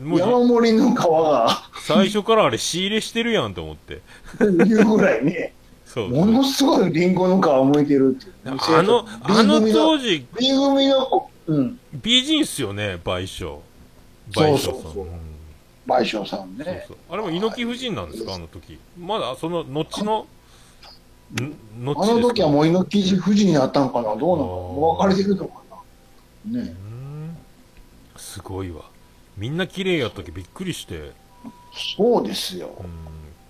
A: もう
B: 山盛りの皮 が
A: 最初からあれ仕入れしてるやんと思って。
B: いうぐらいね、
A: そう。
B: ものすごいリンゴの皮向いてるっていう。
A: あの、あの当時、
B: B 組の子、うん、
A: 美人っすよね、賠償。
B: そ
A: 賠
B: う
A: 償さん。
B: そうそう
A: うん
B: 賠償さん
A: そう
B: ね。
A: そうあれも猪木夫人なんですか、あの時。まだ、その、後の、ん後
B: あの時はもう猪木富士になったのかな、どうなの
A: あー
B: もう別れてるのかな。ね
A: うーんすごいわみんな綺麗やったけびっくりしてう
B: そうですよ。
A: ーん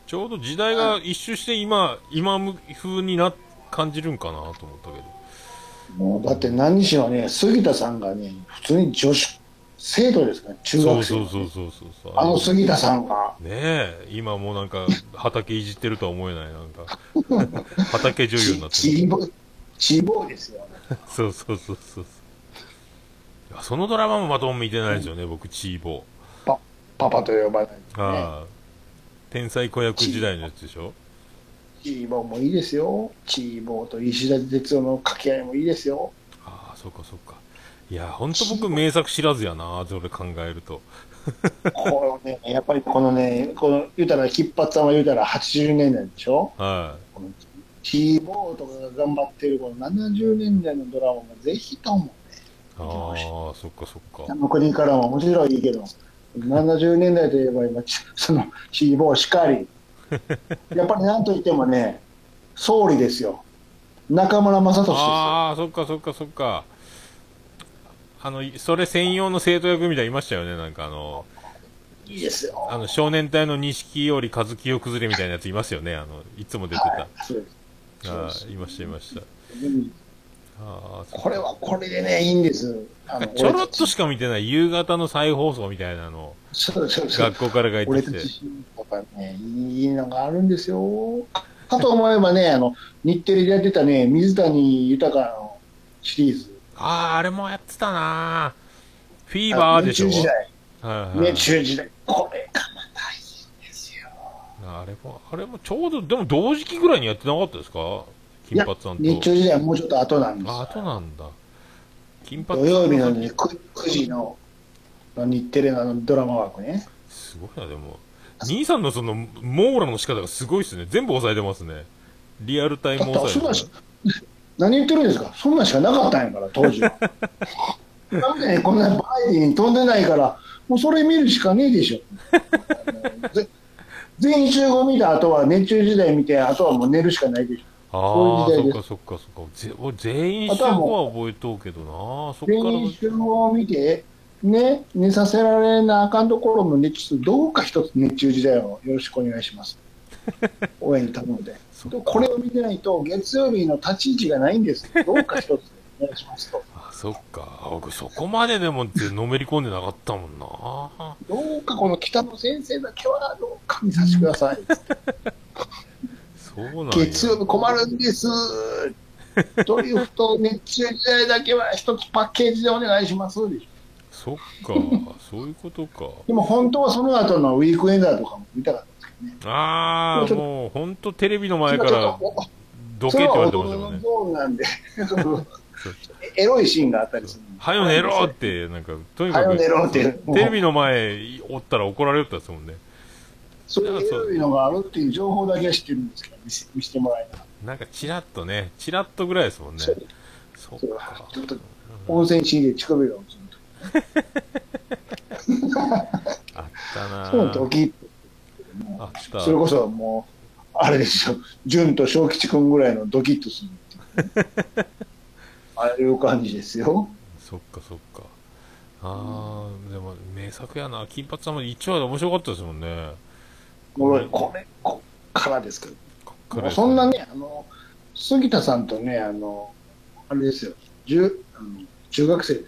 A: ちょうど時代が一周して今今風にな感じるんかなと思ったけど
B: もうだって何しろね、杉田さんがね、普通に女子、生徒ですから、中
A: そう
B: 学生
A: そ
B: の
A: うそうそうそうそう
B: あの杉田さんが、
A: ねえ今もうなんか畑いじってるとは思えないなんか 畑女優になって
B: ち
A: る
B: ちぼい、ちぼいですよ。
A: そうそうそうそういやそのドラマもまとも見てないですよね、僕、チーボ
B: パパと呼ばない
A: ー。ああ、天才子役時代のやつでしょ
B: チーボーもいいですよ。チーボーと石田哲夫の掛け合いもいいですよ。
A: ああ、そうかそうか。いや、ほんと僕、名作知らずやな、それ考えると。
B: このね、やっぱりこのね、この、言うたら、金髪さんは言うたら80年代でしょ
A: は
B: この T ボーとかが頑張ってるこの70年代のドラマがぜひともね、
A: い。ああ、そっかそっか。
B: あの国からも面白いけど、70年代といえば今、ちその T ボーしか り、やっぱりなんといってもね、総理ですよ。中村雅俊ですよ。
A: ああ、そっかそっかそっか。あの、いそれ専用の生徒役みたいにいましたよね、なんかあの、
B: いいですよ。
A: あの少年隊の錦より和清崩れみたいなやついますよね、あの、いつも出てた。
B: はい、そうですそう
A: あ
B: です
A: あ、いましたいました。
B: うん
A: ああ、そっか
B: これはこれでね、いいんです。
A: な
B: あ
A: ん
B: の
A: かちょろっと
B: 俺た
A: しか見てない夕方の再放送みたいなの、
B: そうそうそう
A: 学校から帰
B: 俺
A: って
B: た
A: きて。
B: ち、やっぱね、いいのがあるんですよ。かと思えばね、あの、日テレでやってたね、水谷豊のシリーズ。
A: ああ、あれもやってたなフィーバーでしょ。
B: あの年中時代。
A: はいはい
B: 年中時代。これがまたいいんですよ。
A: あれも、あれもちょうど、でも同時期ぐらいにやってなかったですか
B: い
A: 金
B: や
A: 髪さんと。
B: 日中時代はもうちょっと後なんですよ。
A: あ、後なんだ。金髪
B: 土曜日のね 9, 9時のの日テレのあのドラマ枠ね。
A: すごいな、でも。兄さんのその、網羅の仕方がすごいっすね。全部押さえてますね。リアルタイム
B: だって
A: 押
B: そ
A: さ
B: んな
A: えて
B: んし何言ってるんですかそんなんしかなかったんやから当 時はなんでこんなバイデン飛んでないからもうそれ見るしかねえでしょ ぜ全員集合見た後は熱中時代見てあとはもう寝るしかないでし
A: ああ、
B: そう
A: そうっ
B: い時代
A: かそっかそっか。ぜ俺全員
B: あ
A: 集
B: とはもう
A: 合は覚えとうけどな。そ
B: ょ
A: っか
B: 全
A: ら
B: 員集合見てね寝させられなあかんところもねちょっとどうか一つ熱中時代をよろしくお願い します応援に頼んで
A: そっ
B: で
A: か
B: これを見てないと月曜日の立ち位置がないんですどうか一つお願いしますと
A: あそっか。あ僕そこまででもってのめり込んでなかったもんな。
B: どうかこの北野先生だけはどうか見させてください。
A: そうなんや
B: 月曜日困る んです。ドリフと熱中時代だけは一つパッケージでお願いします。
A: そっか。そういうことか。
B: でも本当はその後のウィークエンダーとかも見たかったんですけどね。
A: ああ、もうほんとテレビの前からどけ
B: そ
A: って
B: れ
A: 言
B: は
A: われ
B: 大
A: てましたもん
B: 人の
A: ね。
B: ゾーンなんで、エロいシーンがあったりする。
A: はよ寝ろって、なんか、とに
B: は
A: かく、
B: よ寝ろって。
A: テレビの前おったら怒られよったですもんね。
B: そういうエロいのがあるっていう情報だけは知ってるんですけど、見せ見せてもらえなかっ
A: なんかチラッとね、チラッとぐらいですもんね。
B: そ
A: そっ
B: うたそれ
A: か
B: は。ちょっと温泉シーンで乳首が落ちると。
A: あったな
B: そういうのドキッと
A: あった。
B: それこそもう、あれですよ、潤と正吉君ぐらいのドキッとするっていうああいう感じですよ。
A: そっかそっか。ああ、でも名作やな。金髪さんも1話で面白かったですもんね。
B: これ、これ、こっからですけ
A: こっから
B: ど、
A: です
B: そんな。ね、あの、杉田さんとね、あの、あれですよ、中あの中学生で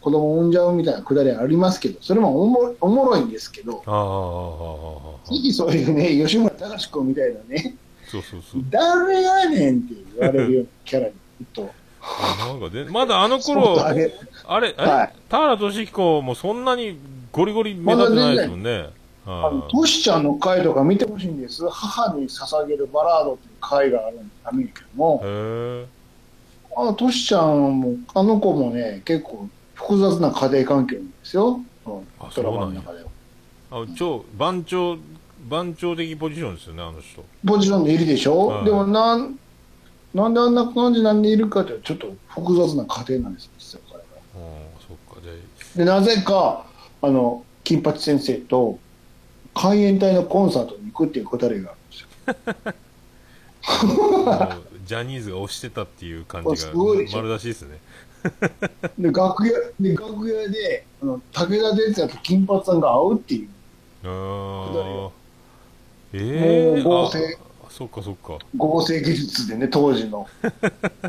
B: 子供産んじゃうみたいなくだりありますけど、それもおもおもろいんですけど、
A: ああ、ああああああ
B: ぜひそういうね、吉村隆君みたいなね、
A: そうそうそう。
B: 誰やねんって言われるようなキャラに、ちょっ
A: なんかで、まだあの
B: と、もっ
A: 頃
B: と、上げ
A: あれ、え、
B: はい
A: 田原俊彦もそんなにゴリゴリ目立ってないですもんね。
B: あの
A: は
B: トシちゃんの回とか見てほしいんです。母に捧げるバラードっていう回があるんだけど
A: い。へ
B: も、
A: え。
B: あのトシちゃんも、あの子もね、結構複雑な家庭環境なんですよ。
A: あ
B: ドラマの中では。
A: あ超、番長、番長的ポジションですよね、あの人。
B: ポジションでいるでしょ、
A: はい
B: でもなん、なんであんな感じなんでいるかって、ちょっと複雑な家庭なんですよ、実は彼
A: う
B: は
A: ん、そっか、じゃ
B: で、なぜか、あの、金八先生と、海援隊のコンサートに行くっていうくだりがあるんですよ。
A: あもうジャニーズが推してたっていう感
B: あ
A: じ
B: す
A: が
B: ごいでしょ
A: 丸出しですね。
B: で楽屋で楽屋であの武田鉄矢と金髪さんが会うっていう
A: あ
B: くだりが
A: あ。ええー。
B: もう合成
A: あそっかそっか。
B: 合成技術でね当時の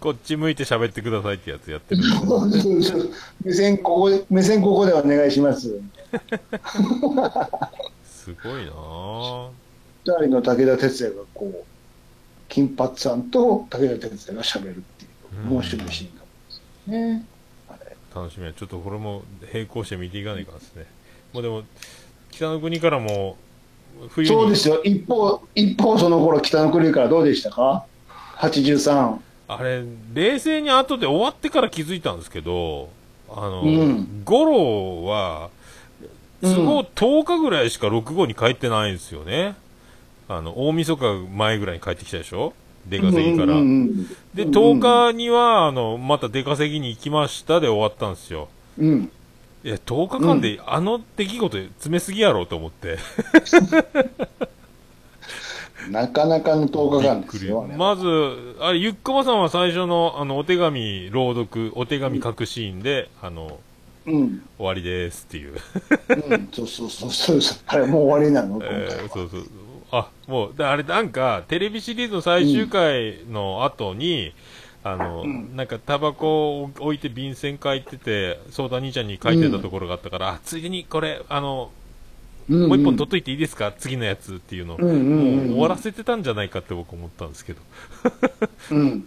A: こっち向いて喋ってくださいってやつやってる。
B: 目線ここで目線ここでお願いします
A: すごいなあ
B: 二人の武田鉄矢がこう金髪さんと武田鉄矢が喋るっていう面白いシーンがあるんですよね
A: 楽しみやちょっとこれも並行して見ていかないかんですねもうでも北の国からも冬
B: そう
A: に
B: ですよ一方一方その頃北の国からどうでしたか83
A: あれ冷静に後で終わってから気づいたんですけどあの、
B: うん
A: 五郎は
B: うん
A: 都合10日ぐらいしか6号に帰ってないんですよねあの大晦日前ぐらいに帰ってきたでしょ出稼ぎから、
B: うんうん
A: で
B: うん
A: 10日にはあのまた出稼ぎに行きましたで終わったんですよ
B: うんうん
A: いや10日間であの出来事詰めすぎやろうと思って
B: なかなかの10日間ですよあれは
A: まず、あれゆっこまさんは最初のあのお手紙朗読、お手紙書くシーンで、あの
B: うん
A: 終わりですって いう、
B: うんそうそうそうそうそう。あれもう終わりなの、今回
A: えー
B: は。
A: そうそう、あもう、だあれ、なんか、テレビシリーズの最終回の後に、あのなんか、タバコを置いて便箋書いてて、ソーダ兄ちゃんに書いてたところがあったから、あついでにこれ、あの
B: うんうん
A: もう一本取っといていいですか次のやつっていうのを、
B: うんうんうんうん
A: もう終わらせてたんじゃないかって僕思ったんですけど。
B: うん。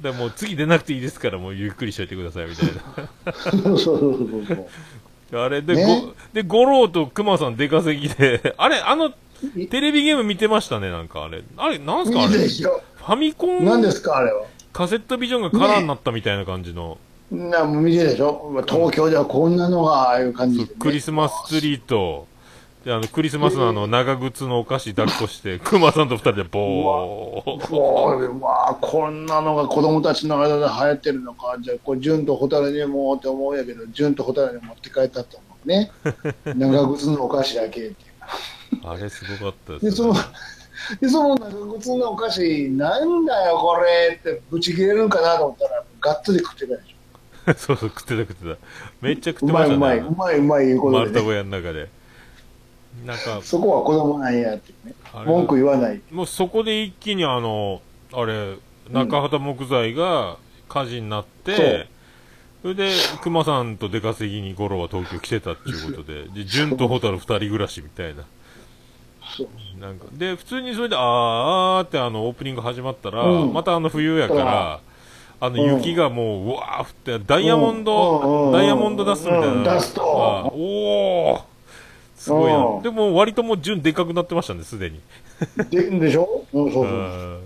A: でもう次出なくていいですからもうゆっくりしといてくださいみたい
B: そうそうそうそうそう。
A: な。あれで、
B: ね
A: ごで、五郎と熊さん出稼ぎで、あれ、あの、テレビゲーム見てましたね、なんかあれ。あれ、なんすかあ
B: 見て
A: れ
B: でしょ。
A: ファミコ
B: 何で
A: ン
B: すか、あれは。
A: カセットビジョンがカラーになったみたいな感じの、
B: なもう見てでしょ。東京ではこんなのが、ああいう感じでね、
A: クリスマスツリーと、であのクリスマスのあの長靴のお菓子抱っこして、 熊さんと二人でボー。
B: おいまあこんなのが子供たちの間で流行ってるのかじゃあこれ純と蛍にもって思うんやけど純と蛍に持って帰ったと思 うね長靴のお菓子だけって
A: あれすごかった
B: で
A: です、
B: そ の
A: ね。
B: でその長靴のお菓子なんだよこれってぶち切れるんかなと思ったらがっつり食ってたで し
A: そうそう、食ってた食ってた。めっちゃ食
B: ょ
A: っ
B: う
A: てま
B: ま
A: し
B: い
A: たね。
B: うまいうまいうまいいうこと
A: 丸
B: で、
A: 太
B: ね、
A: 小屋の中で。なんか、
B: そこは子供なんやってね
A: あれ
B: 文句言わない
A: もうそこで一気にあの、あれ、中畑木材が火事になって、それで、熊さんと出稼ぎに五郎は東京来てたっていうことで、で、純と蛍二人暮らしみたいな。
B: そう
A: なんか、で、普通にそれで、あーってあの、オープニング始まったら、
B: うん
A: またあの冬やから、あの
B: うん
A: 雪がもう、うわー降って、ダイヤモン
B: うんうんうんう
A: ド、
B: ん
A: ダイヤモンドダストみたいな。
B: うんダスト
A: あーおーすごい
B: うん
A: な。でも割ともう純でっかくなってましたね、すでに。
B: ででしょ、うん、そうそう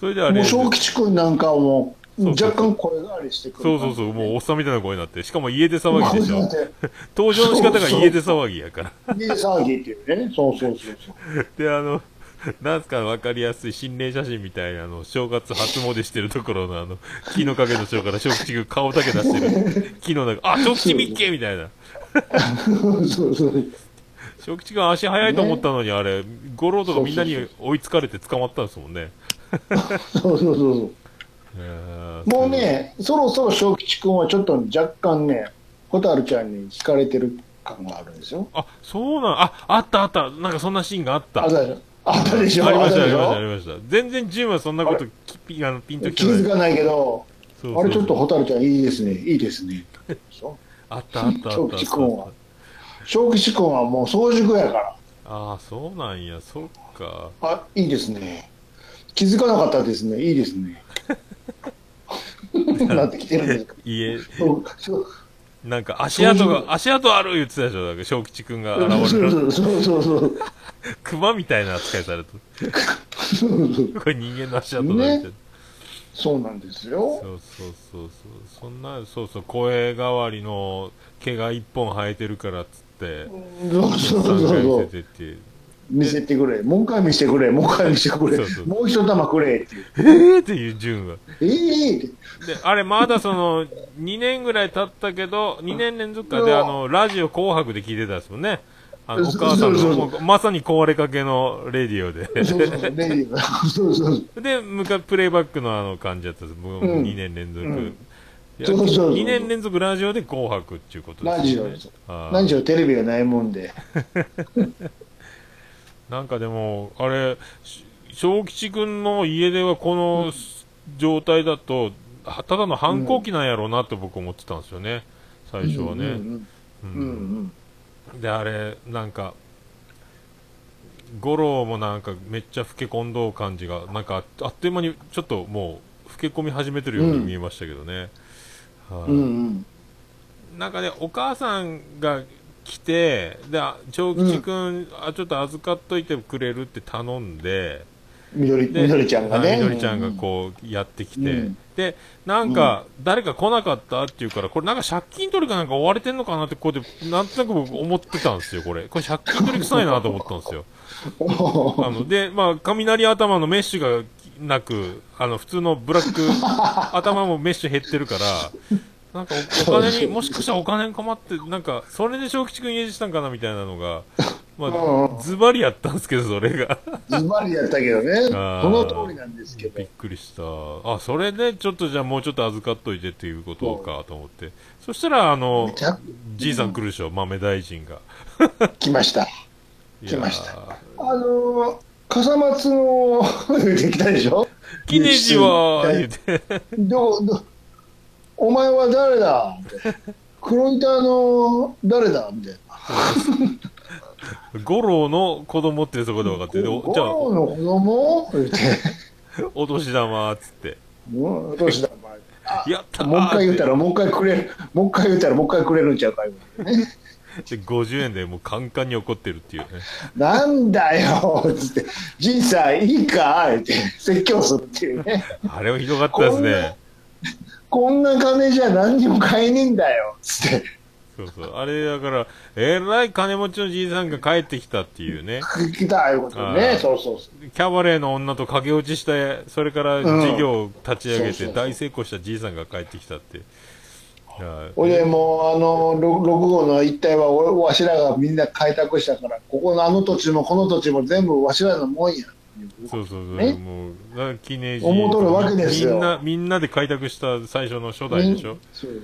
A: それであ
B: も
A: れ、
B: う
A: そ
B: 小
A: う
B: 吉君なんかはもう
A: そうそう
B: 若干声変わりしてくる
A: そうそう、もうおっさんみたいな声になって、しかも家出騒ぎでし
B: こ
A: ょ
B: う。やって
A: 登場の仕方が家出騒ぎやから。
B: 家騒ぎっていうね。そうそうそうそう。
A: で、あの、なんすかわかりやすい心霊写真みたいな、あの、正月初詣してるところのあの、木の陰の人から小吉君顔だけ出してる。木の中、あ、小吉みっけみたいな。
B: そうそう。
A: 小吉君足早いと思ったのに、あれ、五郎とかみんなに追いつかれて捕まったんですもんね。
B: そうそうそうそう。
A: えー
B: もう、ね、そろそろ正吉君はちょっと若干ね、蛍ちゃんに惹かれてる感があるんですよ。
A: あ、そうなん、あ、あったあった。なんかそんなシーンがあった
B: あ。たでしょあったでしょ
A: ありました、ありま
B: で
A: した、あ
B: ょ
A: りました。全然ジムはそんなこときピあのピンと
B: 気
A: きてない。
B: づかないけど、
A: そうそう
B: あれちょっと。蛍ちゃんいいですね、いいですね。でしょ
A: あったあったあったあった
B: 長期婚は正吉君はもう早熟やから、
A: ああ、そうなんや、そっか。
B: あ、いいですね。気づかなかったですね、いいです ね。なってきてるんですか。
A: 家、
B: そうそう
A: なんか足跡
B: そういう
A: が、足跡ある言ってたでしょ、なんか、正吉くんが
B: そう
A: 現れる。
B: そうそうそう。
A: 熊みたいな扱いされた。これ人間の足跡だみたいな。
B: ねそうなんですよ。
A: そうそうそうそう。そんな、そうそう、声変わりの毛が一本生えてるからっつって、
B: そうそうそう
A: 三回
B: そ
A: 見
B: う。
A: せてっていう。
B: 見せてくれ。もう一回見せてくれ。もう一回見せてくれ
A: そうそ。う
B: もう一玉くれっていう。
A: えーっていう順は。
B: ええって
A: で、あれ、まだその、2年ぐらい経ったけど、2年連続かで、
B: う
A: あ
B: わ
A: の、ラジオ紅白で聞いてたんですもんね。あの、お
B: そう
A: 母さんの、
B: そうそ
A: も
B: う
A: うまさに壊れかけのレディオで。
B: そうそうそう。レディーがそうそうそう。
A: で、昔、プレイバックのあの感じだったんです。もう
B: うん
A: 2年連続。
B: うん
A: いや
B: そうそうそう
A: 2年連続ラジオで紅白っていうことです
B: ラ
A: ね。
B: ジオです。
A: あー
B: ラジオテレビがないもんで。
A: なんかでも、あれ、し小吉くんの家ではこの状態だと、はただの反抗期なんやろうなって僕思ってたんですよね。最初はね。
B: うんうんうん。う
A: うん
B: ん
A: であれなんか五郎もなんかめっちゃ老け込んどう感じがなんかあっという間にちょっともう老け込み始めてるように見えましたけどね、はい
B: うん。うん
A: なんかねお母さんが来てであ長吉君、あちょっと預かっといてくれるって頼んで、
B: みどり、
A: で
B: みどりちゃんがね。
A: あみどりちゃんがこうやってきて、
B: うん
A: で、なんか、誰か来なかったって言うから、これなんか借金取りかなんか追われてんのかなって、こうやって、なんとなく僕思ってたんですよ、これ。これ借金取り臭いなと思ったん ですよ。
B: うん。お
A: あの、で、まあ、雷頭のメッシュがなく、あの、普通のブラッ ク、頭もメッシュ減ってるから、なんかおお金に、もしかしたらお金に困って、なんか、それで正吉君家出したんかなみたいなのが、
B: うん
A: ま
B: う
A: あ、ズバリやったんですけど、それが。
B: ー ズバリやったけどね。そ
A: あー
B: の通りなんですけ
A: びっ
B: ど。
A: くりした。あ、それで、ちょっとじゃあもうちょっと預かっといてっていうことかと思って。そしたら、あの
B: めちゃ、
A: じいさん来るでしょ、豆大臣が。
B: 来ました。
A: いやー
B: 来ました。あのー、笠松の、出てきたでしょ
A: キネジは、言うて、
B: どうどうお前は誰だって黒板の誰だみたいな。
A: 五郎の子供ってそこで分かって、でお
B: 五
A: じゃあ、
B: 郎の子供言って、
A: お年玉っつって、
B: うんどう したお前あ
A: やったー
B: もう一回言うた
A: っ
B: ら、もう一回くれる、もう一回言うたら、もう一回くれるんちゃうか、今ね
A: て、で50円でもうカンカンに怒ってるっていうね。
B: なんだよつって、じいさん、いいか言って、説教するっていうね。
A: あれはひどかったですね。
B: こんな金じゃ何にも買えねえんだよつって。
A: そうそう。あれだから、えらい金持ちのじいさんが帰ってきたっていうね。
B: 来たいうこと
A: あ
B: ね
A: ー。
B: そうそうそう。
A: キャバレーの女と駆け落ちして、それから事業を立ち上げ
B: そうそ
A: て
B: うそう
A: 大成功したじいさんが帰ってきたって。いや
B: ほいでもうあのろ6号の一帯は俺わしらがみんな開拓したからここのあの土地もこの土地も全部わしらのもんや
A: そうそうそう、
B: ね
A: もう、な記念寺
B: 思うとるわけですよ
A: みんな、みんなで開拓した最初の初代でしょ。
B: そう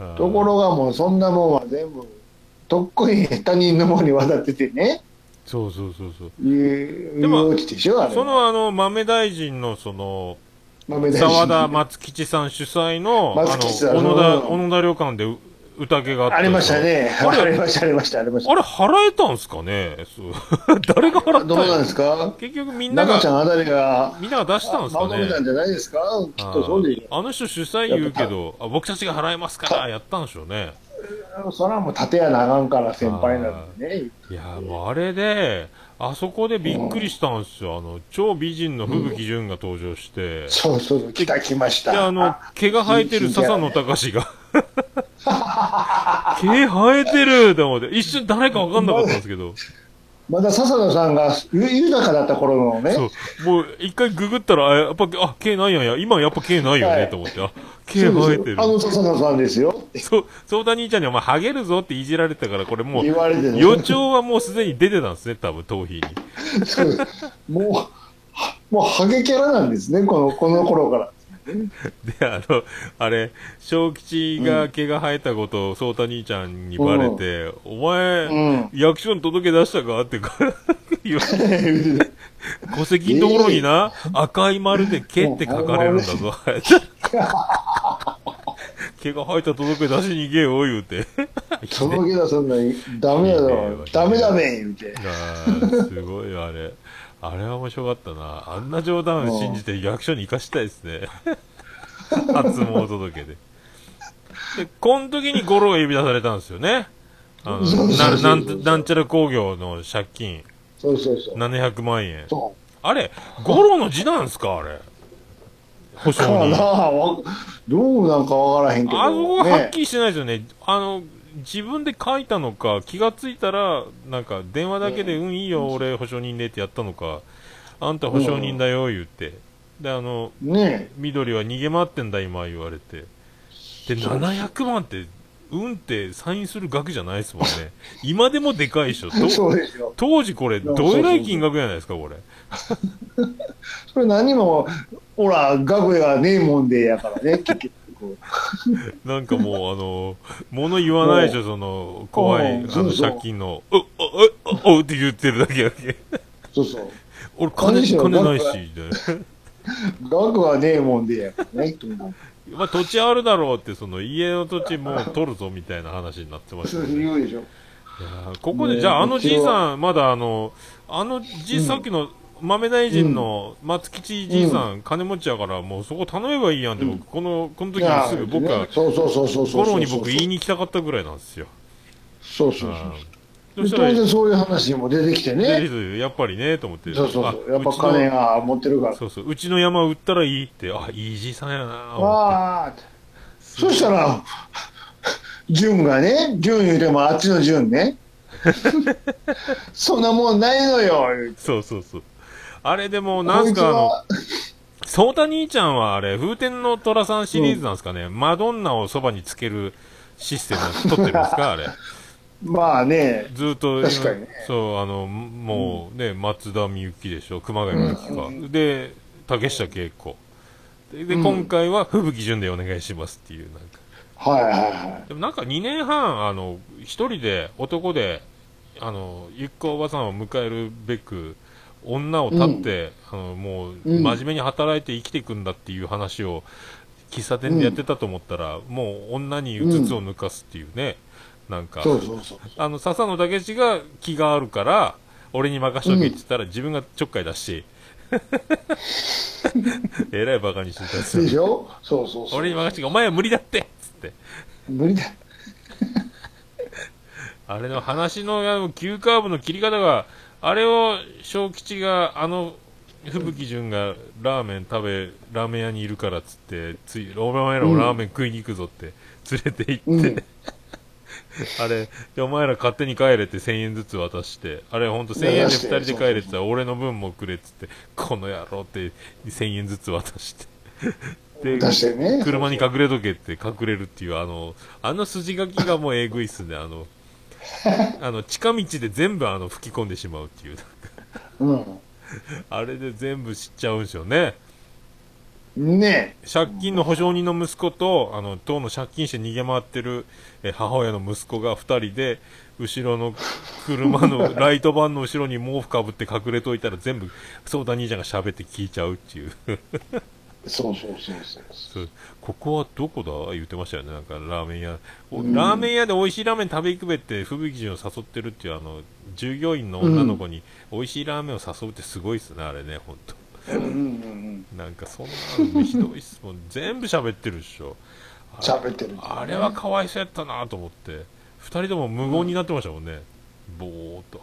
A: あー
B: ところがもうそんなもんは全部とっくに他人のもんに渡っててね
A: そうそうそうそう。
B: いう
A: でも
B: いう落ちでしょあれ
A: そのあの、豆大臣のその、
B: 豆大臣
A: 沢田松吉さん主催の、あの、
B: 松吉さん
A: 小野田、
B: う
A: 小野田旅館でう宴があった
B: ありましたね
A: あ
B: あり
A: れ、
B: ましたありましたありました
A: あれ払えたんすかねそう 誰が払った
B: どうなん
A: ん
B: ですか
A: 結局みんな
B: 中ちゃ
A: が、
B: んあたりが
A: みんなが出したんすか
B: 守
A: ね
B: めたんじゃないですかきっとそうでしょ
A: あーあの人主催言うけど、あ僕たちが払えますから、やったんでしょうね。
B: そらもう立てやなあかんから先輩なんでね
A: いやーもうあれで、あそこでびっくりしたんですよ。あの、超美人の吹雪純が登場して、
B: そうそうそう来た来ました
A: で、あの、毛が生えてる笹野隆が、 毛生えてると思って、一瞬誰かわかんなかったんですけど、
B: まだ笹野さんがゆ豊かだった頃のね、
A: そう、もう一回ググったら、あやっぱ、あ、毛ないやんや、今やっぱ毛ないよ
B: は
A: ね、
B: い
A: と思って、あ、毛生えてる
B: あ。の笹野さんですよって
A: そう、そうだ兄ちゃんにお前ハゲるぞっていじられてたから、これもう、
B: 言われてね
A: 予兆はもうすでに出てたんですね、多分、頭皮に。
B: そうもう、はもうハゲキャラなんですね、このこの頃から。
A: で、あの、あれ、小吉が毛が生えたことを、蒼太兄ちゃんにバレて、お前、
B: うん
A: 役所に届け出したかって、言われて
B: 言うて
A: 戸籍のところにな、赤い丸で毛って書かれるんだぞ。 毛が生えた届け出しに行けよ、言うて。
B: た届け出すんのに、ダメだろ、ダメだね、言うて。
A: あーすごいよあれ。あれは面白かったな。あんな冗談信じて役所に行かしたいですね。 初詣届けで。で、この時に五郎が呼び出されたんですよね。あ
B: そ
A: の
B: うそうそうそう
A: ななんなんちゃら工業の借金
B: そうそうそう。
A: 700万円。
B: そ
A: あれ、五郎の字なんですかあれ。保
B: う。か
A: 証人。
B: な
A: あ
B: わどうなんかわからへんけど。
A: そこがはっき
B: ね
A: りしてないですよね。あの、自分で書いたのか、気がついたら、なんか、電話だけで、うん、いいよ、俺、保証人でってやったのか、あんた保証人だよ、言って。で、あの、
B: ね
A: 緑は逃げ回ってんだ、今、言われて。で、700万って、うんってサインする額じゃないですもんね。今でもでかいでしょ。と
B: え そうですよ。
A: 当時これ、どえらい金額じゃないですか、これ。
B: それ何も、ほら、学がねえもんでやからね、結局。
A: なんかもう、あの、物言わないでしょ、その、怖い、あ
B: うんそ
A: の、
B: うそう
A: 借金の、う、う、う、う、うって言ってるだけやけ。
B: そうそう。
A: 俺、金、
B: 何しろ
A: 金ないし
B: なんか、
A: みたい
B: 学はねえもんでやからね、結局
A: な。まあ、土地あるだろうって、その、家の土地もう取るぞ、みたいな話になってました
B: そう
A: よ
B: そう
A: ね。
B: 言うでしょ。
A: いやーここで、
B: ね
A: じゃあ、あの
B: 土地
A: じ
B: はい
A: さん、まだあの、あのじい、さっきの、豆大臣の松吉じいさん、金持ちやから、もうそこ頼めばいいやんって、僕、この、この時にすぐ僕は、
B: そうそうそうそうそう
A: 五郎に僕言いに行きたかったぐらいなんですよ。
B: そうそう
A: あー
B: そうで当然そういう話も出てきて
A: で
B: ね
A: やっぱりね、と思って。
B: そうそう
A: あ
B: そうやっぱ
A: うちの
B: 金が持ってるから
A: そうそう、うちの山売ったらいいって、あ、いいじいさんやな思って
B: わあってそしたら潤がね潤言うてもあっちの潤ねそんなもんないのよ
A: そうそうそう。あれでも、な
B: こ
A: ん
B: いつ
A: かあの、
B: は
A: ソータ兄ちゃんはあれ、風天の虎さんシリーズなんですかね、マドンナをそばにつけるシステム取ってるんですか、あ れ。
B: まあね
A: ずーっと、
B: 確かにね
A: そう、あの、もうね、松田美幸でしょ、熊谷美幸か。で、竹下恵子。で、で
B: うん
A: 今回は、吹雪純でお願いしますっていう、なんか。
B: はいはいはい
A: でもなんか2年半、あの、一人で、男で、あの、ゆっこおばさんを迎えるべく、女を立って、あの、もう、
B: うん
A: 真面目に働いて生きていくんだっていう話を、喫茶店でやってたと思ったら、もう女にうつつを抜かすっていうね、なんか、
B: そうそうそう。
A: あの、笹野武史が気があるから、俺に任しとけって言ったら、自分がちょっかい出して、 えらいバカにしてたんです
B: で
A: よ。
B: しょそうそうそう。
A: 俺に任しとけ、お前は無理だってっつって。
B: 無理だ。
A: あれの話のあの急カーブの切り方が、あれを小吉が、あの、吹雪純がラーメン食べ、ラーメン屋にいるからっつって、つい、お前らもラーメン食いに行くぞって、 連れて行って、
B: うん。
A: あれ、でお前ら勝手に帰れって1000円ずつ渡して、あれほんと1000円で2人で帰れって言ったら、俺の分もくれって言って、この野郎って1000円ずつ渡して。で
B: 出してね。
A: 車に隠れとけって隠れるっていうあのあの筋書きがもうえぐいっすねあのあの近道で全部あの吹き込んでしまうっていう
B: う
A: あれで全部知っちゃうんですよね
B: ん。ね
A: 借金の保証人の息子とあの党の借金して逃げ回ってるえ母親の息子が2人で後ろの車のライトバンの後ろに毛布かぶって隠れといたら全部相談兄ちゃんが喋って聞いちゃうっていう
B: え。そうそうそうそう。
A: そうここはどこだ言ってましたよね、なんかラーメン屋、おラーメン屋で美味しいラーメン食べ行くべって、吹雪順を誘ってるっていう、あの従業員の女の子に、美味しいラーメンを誘うってすごいっすね、あれね、本当、
B: うんうんうん。
A: なんかそんなのひどいっすもん、 全部喋ってるでしょ、
B: 喋ってる。
A: あれはかわいそうやったなと思って、2人とも無言になってましたもんね、ぼーっと、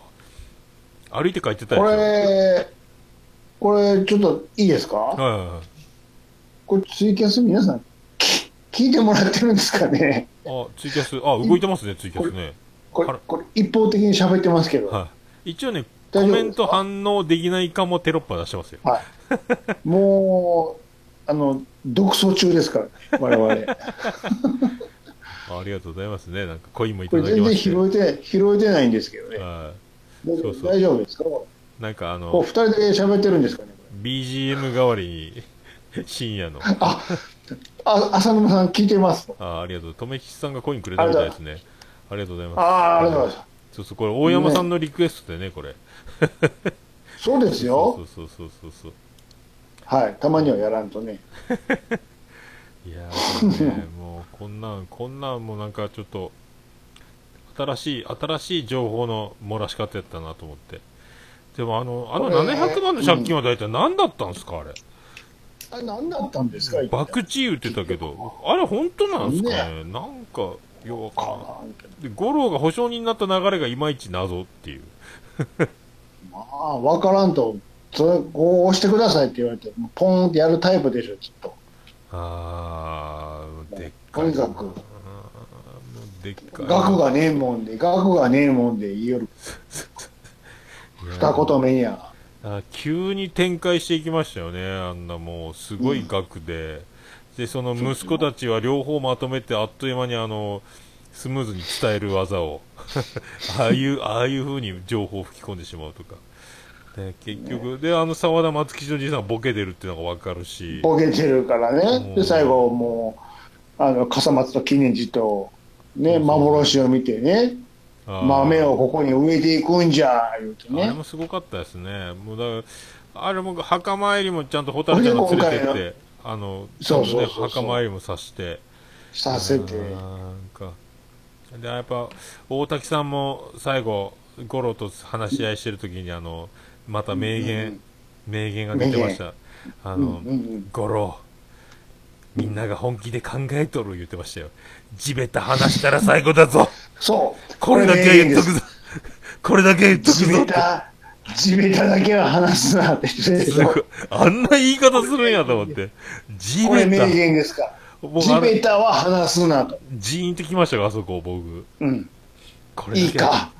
A: 歩いて帰ってたでし
B: こ
A: ょ、はい
B: れ、これ、ちょっといいですか
A: はいはい
B: これ、ツイキャス皆さん、き聞いてもらってるんですか ね
A: あツイキャス、あ動いてますね、ツイキャスね。
B: こ
A: あ
B: れ
A: ら、
B: これ一方的に喋ってますけど。は
A: はい、一応ね、コ
B: 大丈夫ですか
A: メント反応できないかもテロップは出してますよ。
B: い。もう、あの、独走中ですから、我々。
A: ありがとうございますね。なんかコインもい
B: こ
A: た
B: れ
A: だき
B: 全
A: ま
B: 然
A: して。
B: 拾えて、拾えてないんですけどね。
A: は
B: 大丈
A: そう
B: 夫
A: そう
B: 大丈夫ですかこ
A: い。なんかあ
B: う、
A: の
B: 二、人で喋ってるんですかねこれ
A: BGM 代わりに深夜の。
B: あ、あ、浅沼さん聞いてます。
A: あありがとう。とめきちさんがコインくれたみたいですね。ありがとうござい
B: あ
A: ま。
B: あ、ありがとうございます
A: そうそう、これ大山さんのリクエストでね、これ。
B: す。そうです
A: そ
B: よ。
A: うそうそうそうそう。
B: はい。たまにはやらんとね。
A: いやーでもね、もうこんなん、 こんなんもなんかちょっと、新しい、新しい情報の漏らし方やったなと思って。でもあの、あの
B: これ
A: 700万の借金は大体何だったんですか、あれ。
B: あ、何だったんですか一体
A: バクチー言ってたけど、あれ本当なんですかねなんか、ようわからんな
B: あ
A: い。で、五郎が保証人になった流れがいまいち謎っていう。
B: まあ、わからんと、それ、こう押してくださいって言われて、ポーンってやるタイプでしょ、きっと。
A: あー、でっか
B: と
A: い
B: に
A: な。
B: か
A: あーも
B: く、
A: うでっかいな。
B: 額がねえもんで、額がねえもんで言いよる。二言目には。
A: あ急に展開していきましたよね、あんなもう、すごい額で、でその息子たちは両方まとめて、あっという間にあのスムーズに伝える技 を、ああいうああいう風に情報を吹き込んでしまうとか、で結局、であの澤田松吉のじいさん、ボケてるっていうのが分かるし、
B: ボケてるから
A: うん
B: ね。で、最後、もう、あの、笠松と記念寺と、ね、
A: そうそう
B: 幻を見てね、
A: あー
B: 豆をここに植えていくんじゃ、言うて
A: あれ
B: ね。
A: もすごかったですね、もうだからあれも墓参りもちゃんと蛍ちゃんが連れてっ
B: これ
A: て、あの
B: そうそうそうそ
A: ちゃ
B: う
A: んとね墓参りもさして。
B: させて。
A: なんかでやっぱ大滝さんも最後五郎と話し合いしてる時にあのまた名言、
B: うん
A: 名言が出てましたあ
B: うん
A: の、
B: うん
A: 五郎みんなが本気で考えとる言ってましたよ地べた話したら最後だ ぞ
B: そう。
A: これだけは言っとく
B: こ
A: ぞこれだけは言っとく
B: れ名
A: ぞ
B: 言です地べた、地べただけは話すなって言って
A: すごいあんな言い方するんやと思って地
B: これ
A: べ
B: 名
A: た
B: 言ですか。
A: 僕
B: 地
A: あ
B: べ
A: れ
B: たは話すなと。
A: ジーンってきましたよあそこ僕
B: うん。
A: これ
B: い
A: だ
B: い
A: けは
B: か。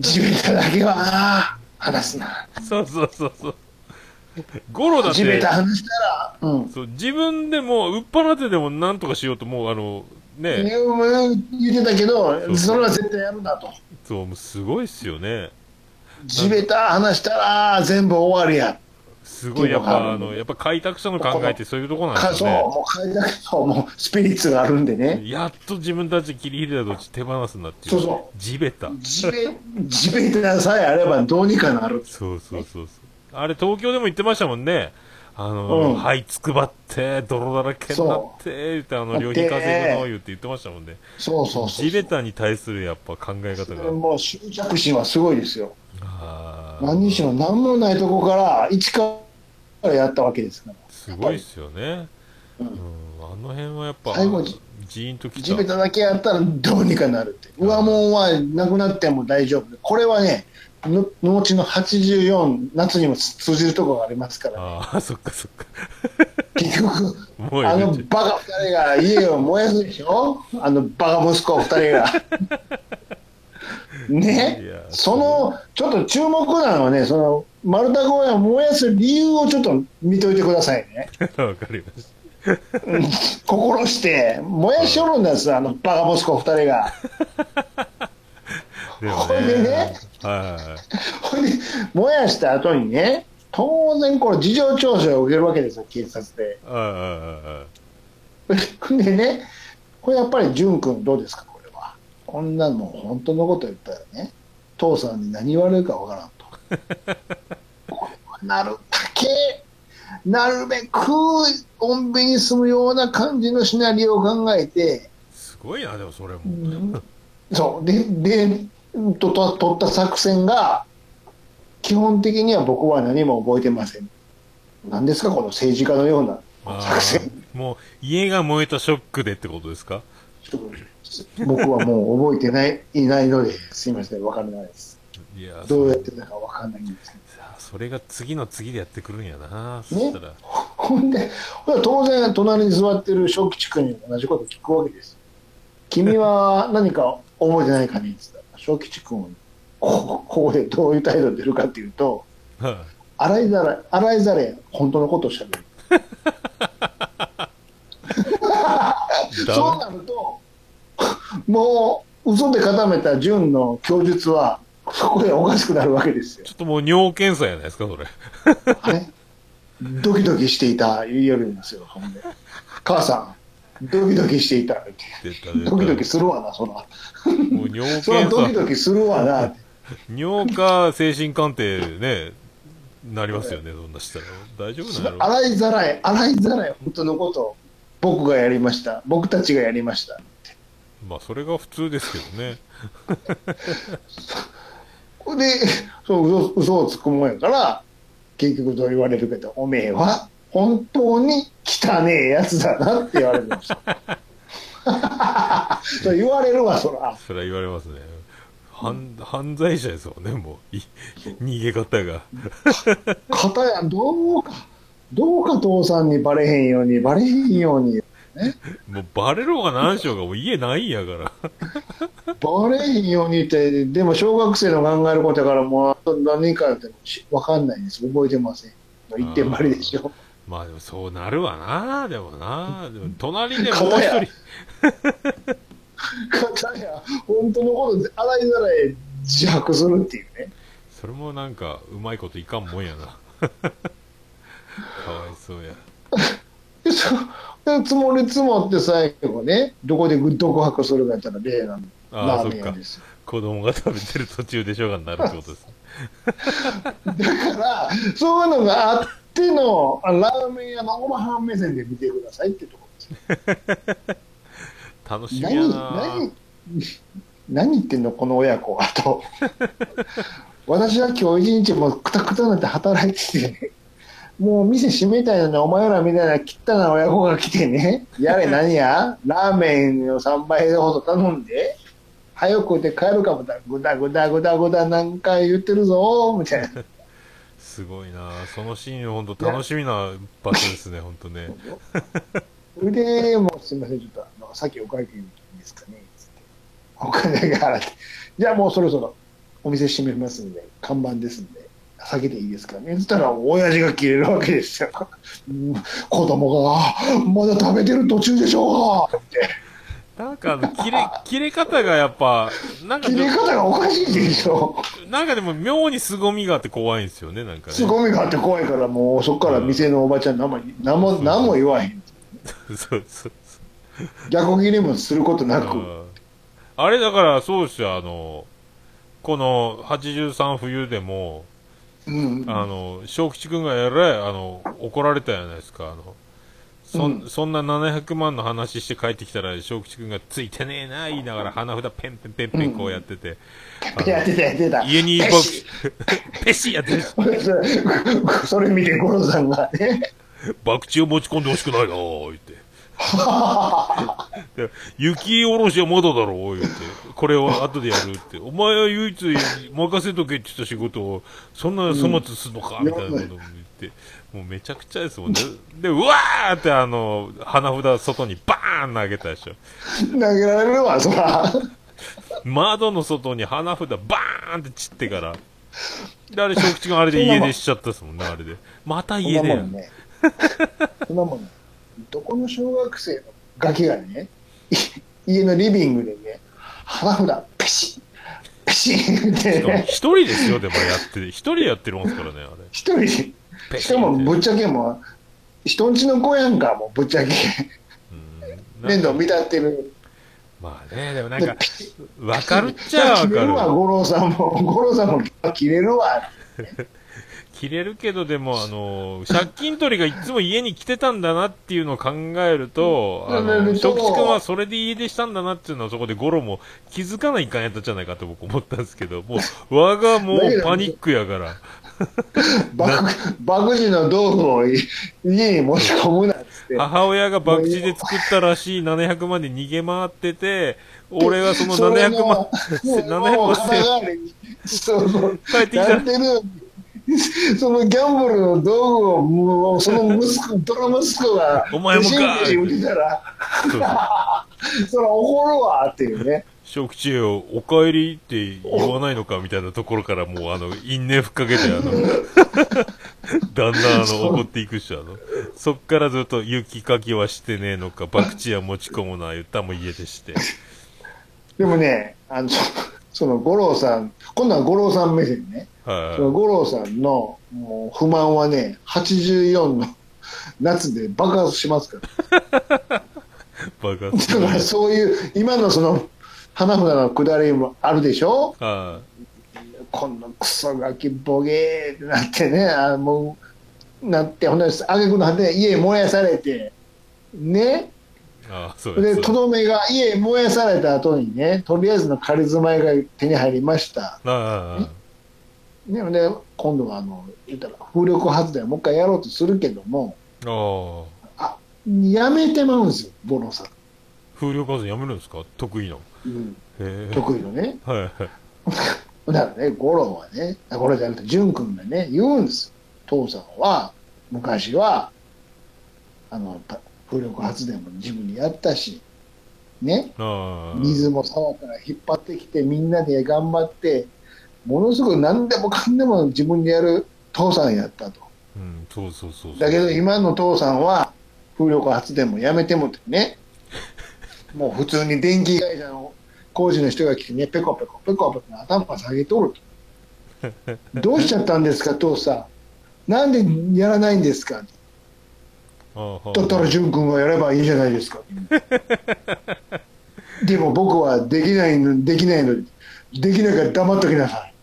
B: 地べただけはな話すな。
A: そうそうそうそう。ゴロだっ
B: 地べ
A: て
B: た、話したら、うん。
A: そう自分でもう、売っ払ってでもなんとかしようと、もうあの、ね、
B: 言ってたけ
A: そう
B: ど、それは絶対やるなと。
A: そう、もうすごいっすよね。
B: 地べた話したら全部終わりや。
A: すごい、やっ
B: っていうの
A: ぱ、
B: が
A: あの、やっぱ開拓者の考えってそういうとこなん
B: か
A: です
B: そう、
A: よね。
B: もう買いだけど、もうスピリッツがあるんでね。
A: やっと自分たち切り開いた土地手放すんだっていう。
B: そうそ
A: 地べた。
B: 地べ、地べたさえあればどうにかなる。
A: そうそうそうそう。あれ、東京でも言ってましたもんね。あの、
B: うん
A: はい、つくばって、泥だらけになって、って、あの、両に稼ぐの、言って言ってましたもんね。
B: そうそうそう。
A: 地べたに対するやっぱ考え方が。
B: もう執着心はすごいですよ。
A: あー
B: 何にしろ何もないとこから、一からやったわけですから。
A: すごいっすよね。う、
B: うんん
A: あの辺はやっぱ、
B: 最後
A: ジーンとき
B: 地べ
A: た。
B: ただけやったらどうにかなるって。上物はなくなっても大丈夫。これはね、の後の84、夏にも通じるところがありますから、
A: ああ、そっかそっか。
B: 結局、
A: もう
B: あの
A: やめて。
B: バカ二人が家を燃やすでしょあのバカ息子二人 が。ね
A: いや
B: その、ちょっと注目なのはね、その、丸太小屋を燃やす理由をちょっと見といてくださいね。
A: わかりまし
B: 心して、燃やしおるんです、あのバカ息子二人が。
A: た。でも
B: これね。
A: は
B: ほんで、 燃やした後にね、当然これ事情聴取を受けるわけですよ、警察で。
A: い。あ
B: ほんでね、これやっぱり淳君どうですか、これは。こんなもう本当のこと言ったらね、父さんに何言われるかわからんと。 これはなるだけ、なるべく穏便に済むような感じのシナリオを考えて、
A: あ、すごいな、でもそれも。
B: そう、で、で、うんとと取った作戦が、基本的には僕は何も覚えてません。何ですか、この政治家のような
A: あ
B: 作戦。
A: あ、もう、家が燃えたショックでってことですか
B: 僕はもう覚えてない、いないので、すいません、わからないです。
A: いや、
B: どうやってたかわからないんです
A: そそれが次の次でやってくるんやな。そし
B: ね
A: た ら。
B: ほんで、ほんで当然、隣に座ってる小吉君に同じこと聞くわけです。君は何か覚えてないかねって言ったら、小吉君はこここでどういう態度出るかっていうと、
A: は
B: 洗いざらい、洗いざらい、本当のことをしゃべる。
A: いダ
B: そう
A: メ
B: なると、 もう、嘘で固めた純の供述は、そこでおかしくなるわけですよ
A: ちょ。っともう尿検査やないですか、それ。
B: ね、ドキドキしていた夜なんですよ、ほんで。母さん、ドキドキしていた。
A: 出た出た
B: ドキドキするわな、そら。
A: もう尿
B: そら
A: 検
B: ドキ
A: 査。
B: ドキするわな。
A: 尿か精神鑑定ね、なりますよね、そんなしたら。大丈夫なんやろ
B: 洗いざらい、洗いざらい、本当のことを僕がやりました。僕たちがやりました。
A: まあ、それが普通ですけどね。
B: で、 そう嘘嘘をつくもんやから、結局どう言われるけど、おめえは本当に汚ねえやつだなって言われました。 そう言われるわ、そら。
A: それは言われますね。犯犯罪者ですもんね、もう。い逃げ方が。
B: 片やどうか、どうか父さんにバレへんように、バレへんように、
A: もうバレろうが何しようが、もう家ないんやから。
B: バレへんようにって、でも小学生の考えることやから、もう何かって分かんないです、覚えてません。一点張りでしょ。
A: まあでもそうなるわな、でもな。でも隣でもう
B: 片や
A: 一人、
B: 片や、本当のことで洗いざらい自白するっていうね。
A: それもなんか、うまいこといかんもんやな。かわいそうや。
B: で、そで積もり積もって最後ね、どこで独白するかやったら、例なの
A: ああ、
B: ラ
A: そ
B: ー
A: っ
B: メン
A: か。
B: 屋ですよ。
A: 子供が食べてる途中でしょうがになるってことです。
B: だから、そういうのがあっての、あラーメン屋のおばはん目線で見てくださいってところです。
A: 楽しみや
B: 何
A: な。
B: 何何言ってんのこの親子は と私は今日一日もうくたくたになって働いててねもう店閉めたいのにお前らみたいな汚な親子が来てねやれ何やラーメンを3杯ほど頼んで早く食って帰るかもだぐだぐだぐだぐだ何回言ってるぞみたいな
A: すごいな。そのシーン、本当楽しみな場所ですね、本当ね。
B: それで、もうすみません、ちょっとあの、さっきお会計いいですかね、つって。お金だけ払って。じゃあもうそろそろお店閉めますんで、看板ですんで、下げていいですかね。つったら、親父が切れるわけですよ。うん子供が、あまだ食べてる途中でしょうがって。
A: なんかあの、切れ、切れ方がやっぱ、なんか
B: 切
A: で
B: れ
A: も、
B: 方がおかしいでしょ。
A: なんかでも妙に凄みがあって怖いんですよね、なんかね。
B: 凄みがあって怖いから、もうそこから店のおばちゃん何も、何も、何も言わへん。
A: そうそうそ
B: 逆切れもすることな
A: う。
B: く。
A: あれだから、そうですよ、あの、この83冬でも、
B: うん、
A: あの、正吉君がえらい、あの、怒られたじゃないですか、あの、そ,、、
B: うん
A: そんな700万の話して帰ってきたら、正吉君がついてねえな、言いながら鼻札ペンペンペンペンこうやってて、あの
B: やってた、やってた。
A: 家に
B: ペ
A: ボ
B: シ
A: ク、 ペシやってるし、
B: ッ それ見て、ゴロさんがね。
A: 博打を持ち込んでほしくないな、言 って。で雪下ろしはまだだろう、言って。これを後でやるって。お前は唯一任せとけって言った仕事を、そんな粗末すんのか、
B: うん
A: みたいなことも言って。もうめちゃくちゃですもんね。で、うわーってあの、花札外にバーン投げたでしょ。
B: 投げられるわ、そら。
A: 窓の外に花札バーンって散ってから。で、あれ、食地があれで家出しちゃったですもんね、あれで。また
B: そんな
A: 家出
B: も
A: や
B: ん
A: ん。
B: ね。そんなもんね。どこの小学生のガキがね、い家のリビングでね、花札、ペシッ、ペシッっ
A: してかも
B: ね
A: 一、人ですよ、でもやってて。一人でやってるもんですからね、あれ。
B: 一人で。
A: ペ
B: し
A: シッ
B: かも、
A: て
B: ぶっちゃけもう、人んちの子やんか、もう、ぶっちゃけ。
A: うん
B: 面倒見たってる。
A: まあね、でもなん
B: で
A: か、
B: ピシッ
A: わかるっちゃわ
B: 切れるわ、
A: かる。
B: 五郎さんも。五郎さんも切れるわ。
A: 切れるけど、でも、あの、借金取りがいつも家に来てたんだなっていうのを考えると、
B: うん
A: あ
B: な
A: の、
B: るほど
A: 徳地君はそれで家出したんだなっていうのはそこでゴロも気づかないかんやったんじゃないかと僕思ったんですけど、もう、我がもうパニックやから、
B: バク、バクジの道具をい 家に持ち込むなっつって。
A: 母親が博打で作ったらしい700万で逃げ回ってて、俺はその
B: それ
A: 700万、
B: も
A: 700
B: もう
A: 万
B: 肩代わりに、そうそう、
A: 帰ってきた
B: やってるのにそのギャンブルの道具を、もう、その息子、ドラ息子が、
A: お前もか
B: 手心に打てたら、そら怒るわっていうね。
A: 小吉恵をお帰りって言わないのかみたいなところからもうあの因縁ふっかけてあの だんだんあの怒っていくしあのそっからずっと雪かきはしてねえのか博打は持ち込むな言ったも家でして
B: でもね、あの、その五郎さん、今度は五郎さん目線ね。
A: はい、
B: その五郎さんのもう不満はね、84の夏で爆発しますか
A: 爆発す
B: ら。だ
A: る
B: からそういう、今のその、花札のくだりもあるでしょ
A: は
B: このクソガキボゲーってなってね、あもう、なって、ほんで、あげくの果てに家燃やされて、ね、
A: いああそうで
B: ですとどめが家燃やされた後にね、とりあえずの仮住まいが手に入りました。
A: あ
B: ね、ほんで、今度はあの、言ったら風力発電をもう一回やろうとするけども、
A: ああ
B: あやめてまうんですよ、ボロさ
A: 風力発電やめるんですか得意なの
B: ん、うん、
A: へえ
B: 得意のね。
A: はいはい
B: だからね、五郎はね、これじゃなくて、淳君がね、言うんですよ。父さんは、昔は、あの、た風力発電も自分でやったし、ね、
A: ああ
B: 水も沢から引っ張ってきて、みんなで頑張って、ものすごく何でもかんでも自分でやる父さんやったと。
A: うんそうそうそうそう
B: だけど今の父さんは風力発電もやめてもってね、もう普通に電気会社の工事の人が来てね、ペコペコペコペコ頭下げとると。どうしちゃったんですか、父さん。なんでやらないんですか
A: ああはあ
B: だったら淳君がやればいいじゃないですか。でも僕はできないの、できないので、できないから黙っときなさい。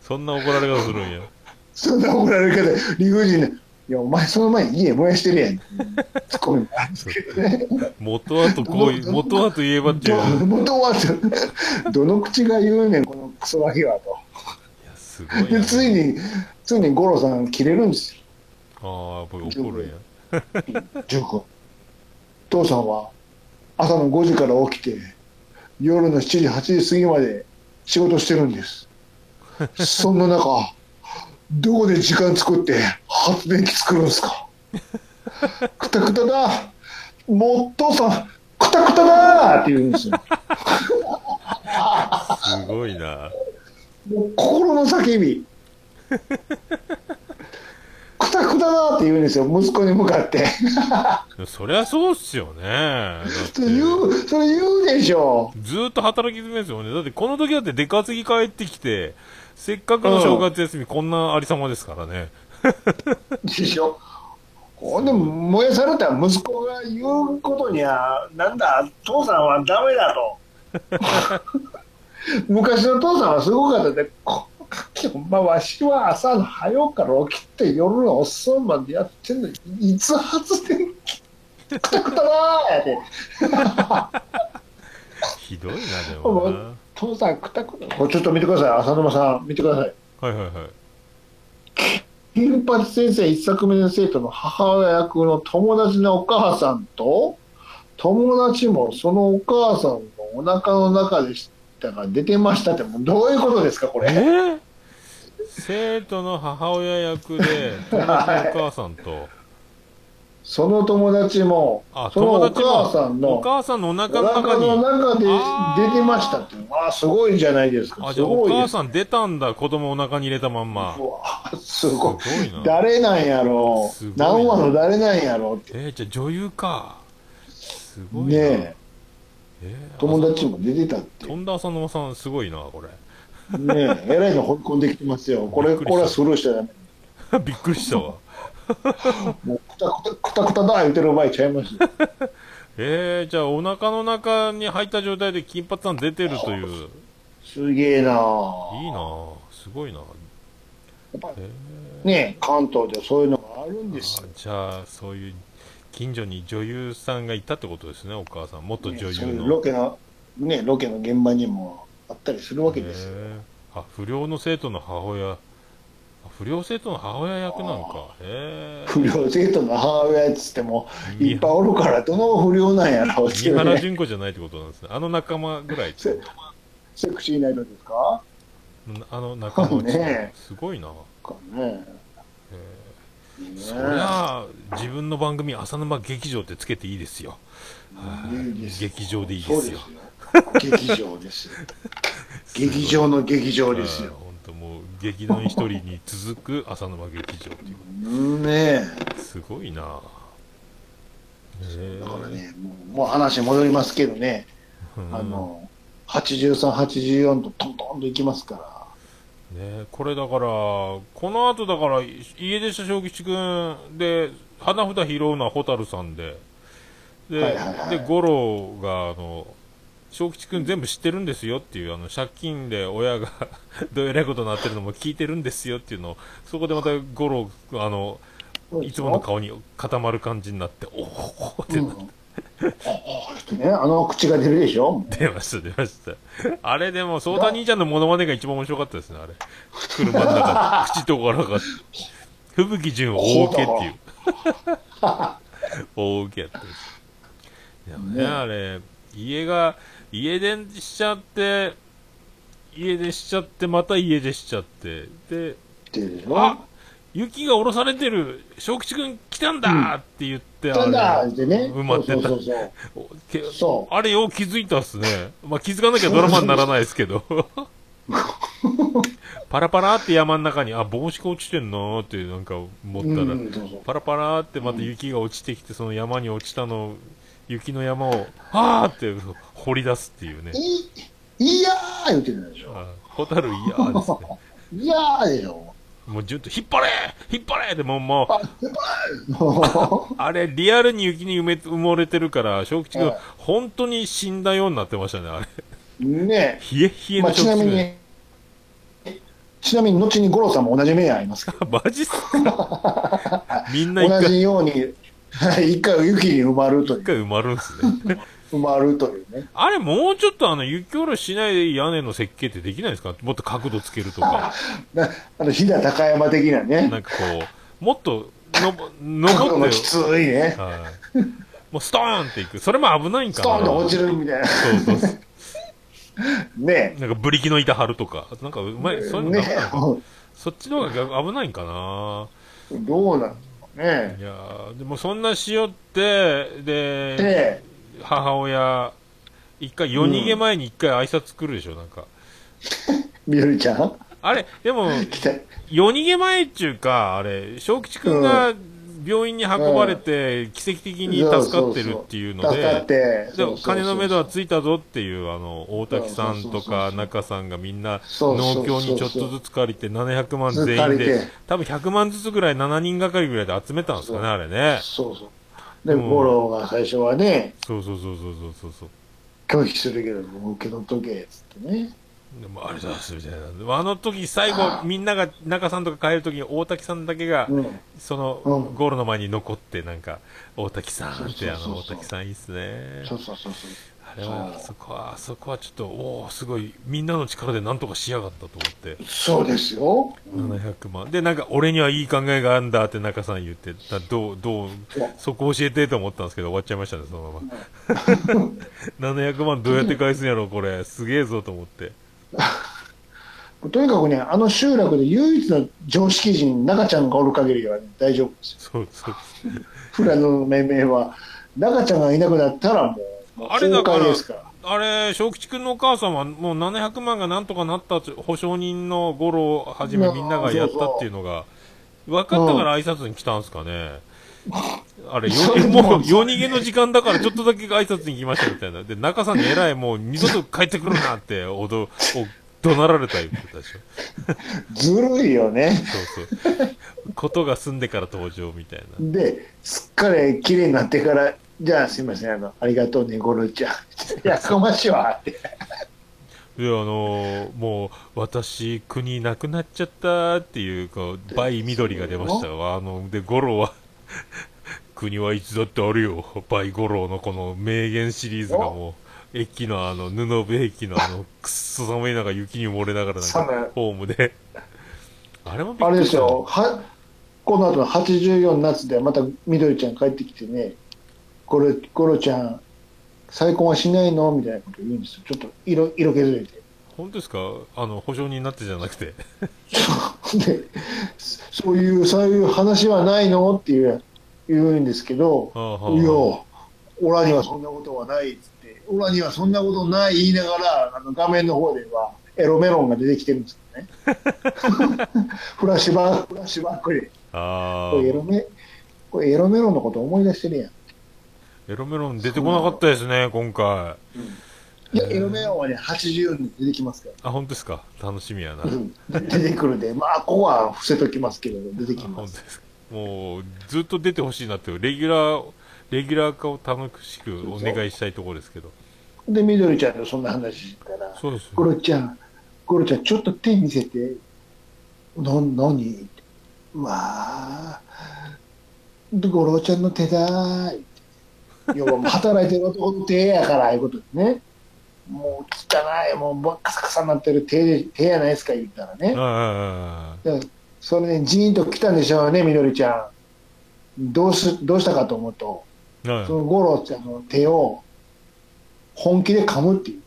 A: そんな怒られ方するんや
B: そんな怒られる方、理不尽な。いや、お前その前に家燃やしてるやん。ツッコミがあるんですけどね。
A: 元はとこういう、元はと言えばっていう。い
B: ど元はどどの口が言うねんこのクソガキはと
A: や、すごいな。
B: でついについに五郎さん切れるんです
A: ああ、やっぱり怒るんや。
B: よ淳君父さんは朝の5時から起きて夜の7時8時過ぎまで仕事してるんですそんな中どこで時間作って発電機作るんですかくたくただもう父さんくたくただーって言うんですよ
A: すごいな。
B: もう心の叫び。 くたくただって言うんですよ、息子に向かって。
A: そりゃそうっすよね。だって
B: それ言う、それ言うでしょ。
A: ずーっと働き詰めですよね。だって、この時だって出稼ぎ帰ってきて、せっかくの正月休み、こんなありさまですからね。
B: でしょ。ほんで、燃やされた息子が言うことには、なんだ、父さん はダメだと。昔の父さんはすごかったで、こほんまわしは朝の早うから起きて夜の遅いまでやってんのにいつ発電機くたくたなーやで
A: ひどいな、でもな。
B: 父さんくたくたこれちょっと見てください浅沼さん見てください
A: はいはいはい。
B: 金八先生一作目の生徒の母親役の友達のお母さんと友達もそのお母さんのお腹の中でしたが出てましたってもうどういうことですかこ
A: え
B: れ
A: ー生徒の母親役で、友達のお母さんと、
B: その友達も
A: あ、
B: その
A: 友
B: お
A: 達
B: 母さん
A: の
B: の
A: お母さんのお
B: お
A: 腹の
B: 腹
A: 中
B: の
A: に、
B: 中で
A: あー
B: 出てましたってまあすごいじゃないですか
A: あ、
B: す
A: じゃあお
B: ごい
A: 母
B: です
A: さん出たんだ、子供お腹に入れたまんま
B: う。わす
A: すご
B: ごい
A: いな。
B: 誰なんやろ
A: すご
B: う
A: いな
B: 何話の誰なんやろうって
A: えー、じゃあ女優か。すごいな。
B: ねえ
A: えー
B: 友達も出てたって
A: 飛んだ浅沼さん、すごいな、これ。
B: ねえ、えらいの掘り込んできてます よ。こ
A: び
B: れ、
A: っくりした
B: これはスルーしちゃダメ。
A: びっくりしたわ。
B: もう、くたくた、くたくただ言ってる場合ちゃいますよ。
A: えー、じゃあお腹の中に入った状態で金髪さん出てるという。
B: すげえなぁ
A: いいなぁ。すごいなぁ。え
B: ねえ、関東でそういうのがあるんですよ
A: ー、。じゃあ、そういう、近所に女優さんがいたってことですね、お母さん。元
B: ね
A: 女
B: え
A: 優
B: そういう
A: の。
B: ロケの、ねえ、ロケの現場にもあったりするわけです
A: え
B: よ。
A: ーあ、不良の生徒の母親。あ不良生徒の母親役なのか。えー、
B: 不良生徒の母親っつっても、いっぱい
A: 三
B: おるから、どの不良なんやろうってい
A: 三
B: う
A: 原
B: ね。
A: 純子じゃないってことなんですね。あの仲間ぐらい。
B: せセクシーな色ですか
A: あの仲間内
B: ねえ
A: すごいなぁ。
B: かねえ。ね
A: そりゃあ自分の番組「浅沼劇場」ってつけていいですよはい
B: いいですよ
A: 劇場でいい
B: そ
A: で
B: う
A: す
B: です
A: よ
B: よ。劇場ですよ。劇場の劇場ですよ。
A: 本当もう劇団一人に続く浅沼劇場ってい
B: ね
A: うすごいな
B: え、
A: え
B: だからね、もうもう話戻りますけどね、あの83、84とトントンといきますか
A: ねこれだからこの後だから家出した正吉君で花札拾うのは蛍さんでで,、
B: はいはいはい
A: で五郎があの正吉君全部知ってるんですよっていうあの借金で親が どうえらいことになってるのも聞いてるんですよっていうのをそこでまた五郎あの
B: ら、
A: いつもの顔に固まる感じになっておおって
B: う
A: なん
B: ね、あの口が出るでしょ、
A: 出ました出ましたあれでも蒼太兄ちゃんのモノマネが一番面白かったですねあれ車の中で口とがらが吹雪純を大受けっていう大受けやったですでもね
B: ね
A: あれ家が家出しちゃって家出しちゃってまた家出しちゃってで
B: 出るでしょ、
A: あ雪が降ろされてる正吉君来たんだって言って、
B: た
A: あ
B: だ
A: れ
B: でね、
A: 埋まってた
B: そうそうそう
A: おけ
B: そう
A: あれよう気づいたっすね。まあ、気づかなきゃドラマにならないです けど。パラパラって山の中に、あ、帽子が落ちてんなーってなんか思った
B: う
A: ら、
B: ん、そうそう
A: パラパラってまた雪が落ちてきて、その山に落ちたのを、雪の山を、あーって掘り出すっていうね。
B: いいやー言ってたでしょ、
A: あホタル、いやーですね。
B: いやーでしょ、
A: もうずっと、引っ張れ引っ張れってもう、もう、
B: も
A: あれ、リアルに雪に埋め埋もれてるから、正吉君
B: はい、
A: 本当に死んだようになってましたね、あれ。
B: うね
A: 冷え冷
B: え、
A: え
B: まあ、
A: の正
B: ちな
A: 吉君。
B: みに、ちなみに後に五郎さんも同じ目に遭いますけど
A: マジっすかみんな一
B: 同
A: 回、
B: じように、はい一回雪に埋まるとい
A: 一
B: う、
A: 回埋まるんすね。
B: 埋まるというね。
A: あれ、もうちょっとあの、雪下ろししないで屋根の設計ってできないですかもっと角度つけると か、
B: なあの、飛騨高山的なね
A: な、んかこう、もっとのぼ、
B: 角度
A: 残
B: の
A: っ
B: き
A: て
B: ついね、
A: はい。もうストーンっていく。それも危ないんか
B: ス
A: な。
B: トーンと落ちるみたいな、
A: そうそうそう。
B: ね
A: なんかブリキの板張るとか。なんかうまい、そういうのダメなのか。
B: ね
A: そっちの方が危ないんかな。
B: どうなんですかね。
A: いやーでもそんなしよって、で、
B: で、
A: 母親、一回、夜逃げ前に一回挨拶来るでしょ、なんか。
B: みよりちゃん、
A: あれ、でも、
B: 来て、
A: 夜逃げ前っちゅうか、あれ、正吉くんが病院に運ばれて、奇跡的に助かってるっていうの
B: 助かっ
A: で、
B: て、
A: でも金のめどはつ
B: い
A: いたぞっていう、あの、大滝さんとか
B: そうそうそうそう
A: 中さんがみんな、
B: そうそうそ
A: 農
B: う
A: 協にちょっとずつ借りて、700万
B: ずっと
A: 全員
B: 借り
A: で
B: て、
A: 多分100万ずつぐらい、7人がかりぐらいで集めたんですかね、あれね。
B: そうそう。で、
A: うん
B: 五郎が最初はね、
A: そうそうそうそうそうそう。
B: 拒否するけど、もう受け取っとけ、つってね。
A: でもありがとうございますみたいなでもあの時最後みんなが中さんとか帰る時に大滝さんだけが、
B: うん
A: その、
B: うん
A: ゴールの前に残ってなんか大滝さんってあ
B: そうそうそうそう
A: の大滝さんいいっすね
B: そうそうそうそう
A: あれはあそこはあそこはちょっとおおすごいみんなの力でなんとかしやがったと思って、
B: そうですよ、うん
A: 700万でなんか俺にはいい考えがあるんだって中さん言ってだどうどうそこ教えてと思ったんですけど終わっちゃいましたねそのま ま700万どうやって返すんやろこれすげえぞと思って
B: とにかくねあの集落で唯一の常識人中ちゃんがおる限りはね、大丈夫ですよ
A: そうそう
B: 富良野の命名は中ちゃんがいなくなったらもうもう
A: あれだから
B: 崩壊ですから
A: あれ、正吉君のお母さんはもう700万がなんとかなったって保証人の五郎をはじめみんながやったっていうのが、分かったから挨拶に来たんですかね。あれ、よ
B: そうそう
A: もう夜逃げの時間だからちょっとだけ挨拶に来ましたみたいな。で、中さんに偉いもう二度と帰ってくるなって、おど、お怒鳴られた言ってたでしょ。
B: ずるいよね
A: そうそう。ことが済んでから登場みたいな。
B: ですっかり綺麗になってからじゃあすいませんあのありがとうねゴルちゃんいやかましいわって
A: で、あのーもう、私、国なくなっちゃったっていう、こう、倍緑が出ましたわ。あの、で、五郎は、国はいつだってあるよ。倍五郎のこの名言シリーズがもう、駅のあの、布部駅のあの、くっそ寒い中、雪に漏れながらなん
B: 寒
A: か
B: い、
A: ホームで。あれもびっ
B: あ
A: く
B: れ
A: りし
B: です
A: た
B: よ
A: よ。
B: はこの後の84夏でまたみどりちゃん帰ってきてねゴルゴルちゃん再婚はしないのみたいなこと言うんですよちょっと色色気づいて
A: 本当ですかあの、保証人になってじゃなくて。
B: そうでそそういうそういう話はないのっていう言うんですけど
A: はあはあ
B: いや、オラにはそんなことはないっつって、オラにはそんなことない言いながら、あの画面の方ではエロメロンが出てきてるんですけどね。 フラッシュバック、フラッシュバックで、
A: あ
B: これエロ
A: ー。
B: メ、これエロメロンのこと思い出してるやん。
A: エロメロン出てこなかったですね、今回。
B: いや、エロメロンはね、84に出てきますか
A: あ、本当ですか楽しみやな。
B: ら。うん出てくるで、まあ、ここは伏せときますけれど、出てき
A: あ本
B: ま。
A: 当ですすかもうずっと出てほしいなっていうレギュラーレギュラー化を楽しくお願いしたいところですけど
B: で、みどりちゃんとそんな話したら、
A: そうです
B: ゴ
A: よ
B: ロちゃん、ゴロちゃん、ちょっと手見せて。な、なにわあ、ゴロちゃんの手だーい。要はもう働いてる男の手やから、ああいうことですね。もう汚い、もうばカサカサになってる手で、手やないですか、言ったらね。
A: あ
B: だからそれね、ジーンと来たんでしょうね、みどりちゃん。どうす、どうしたかと思うと、
A: あああ
B: そのゴロちゃんの手を本気で噛むっていう。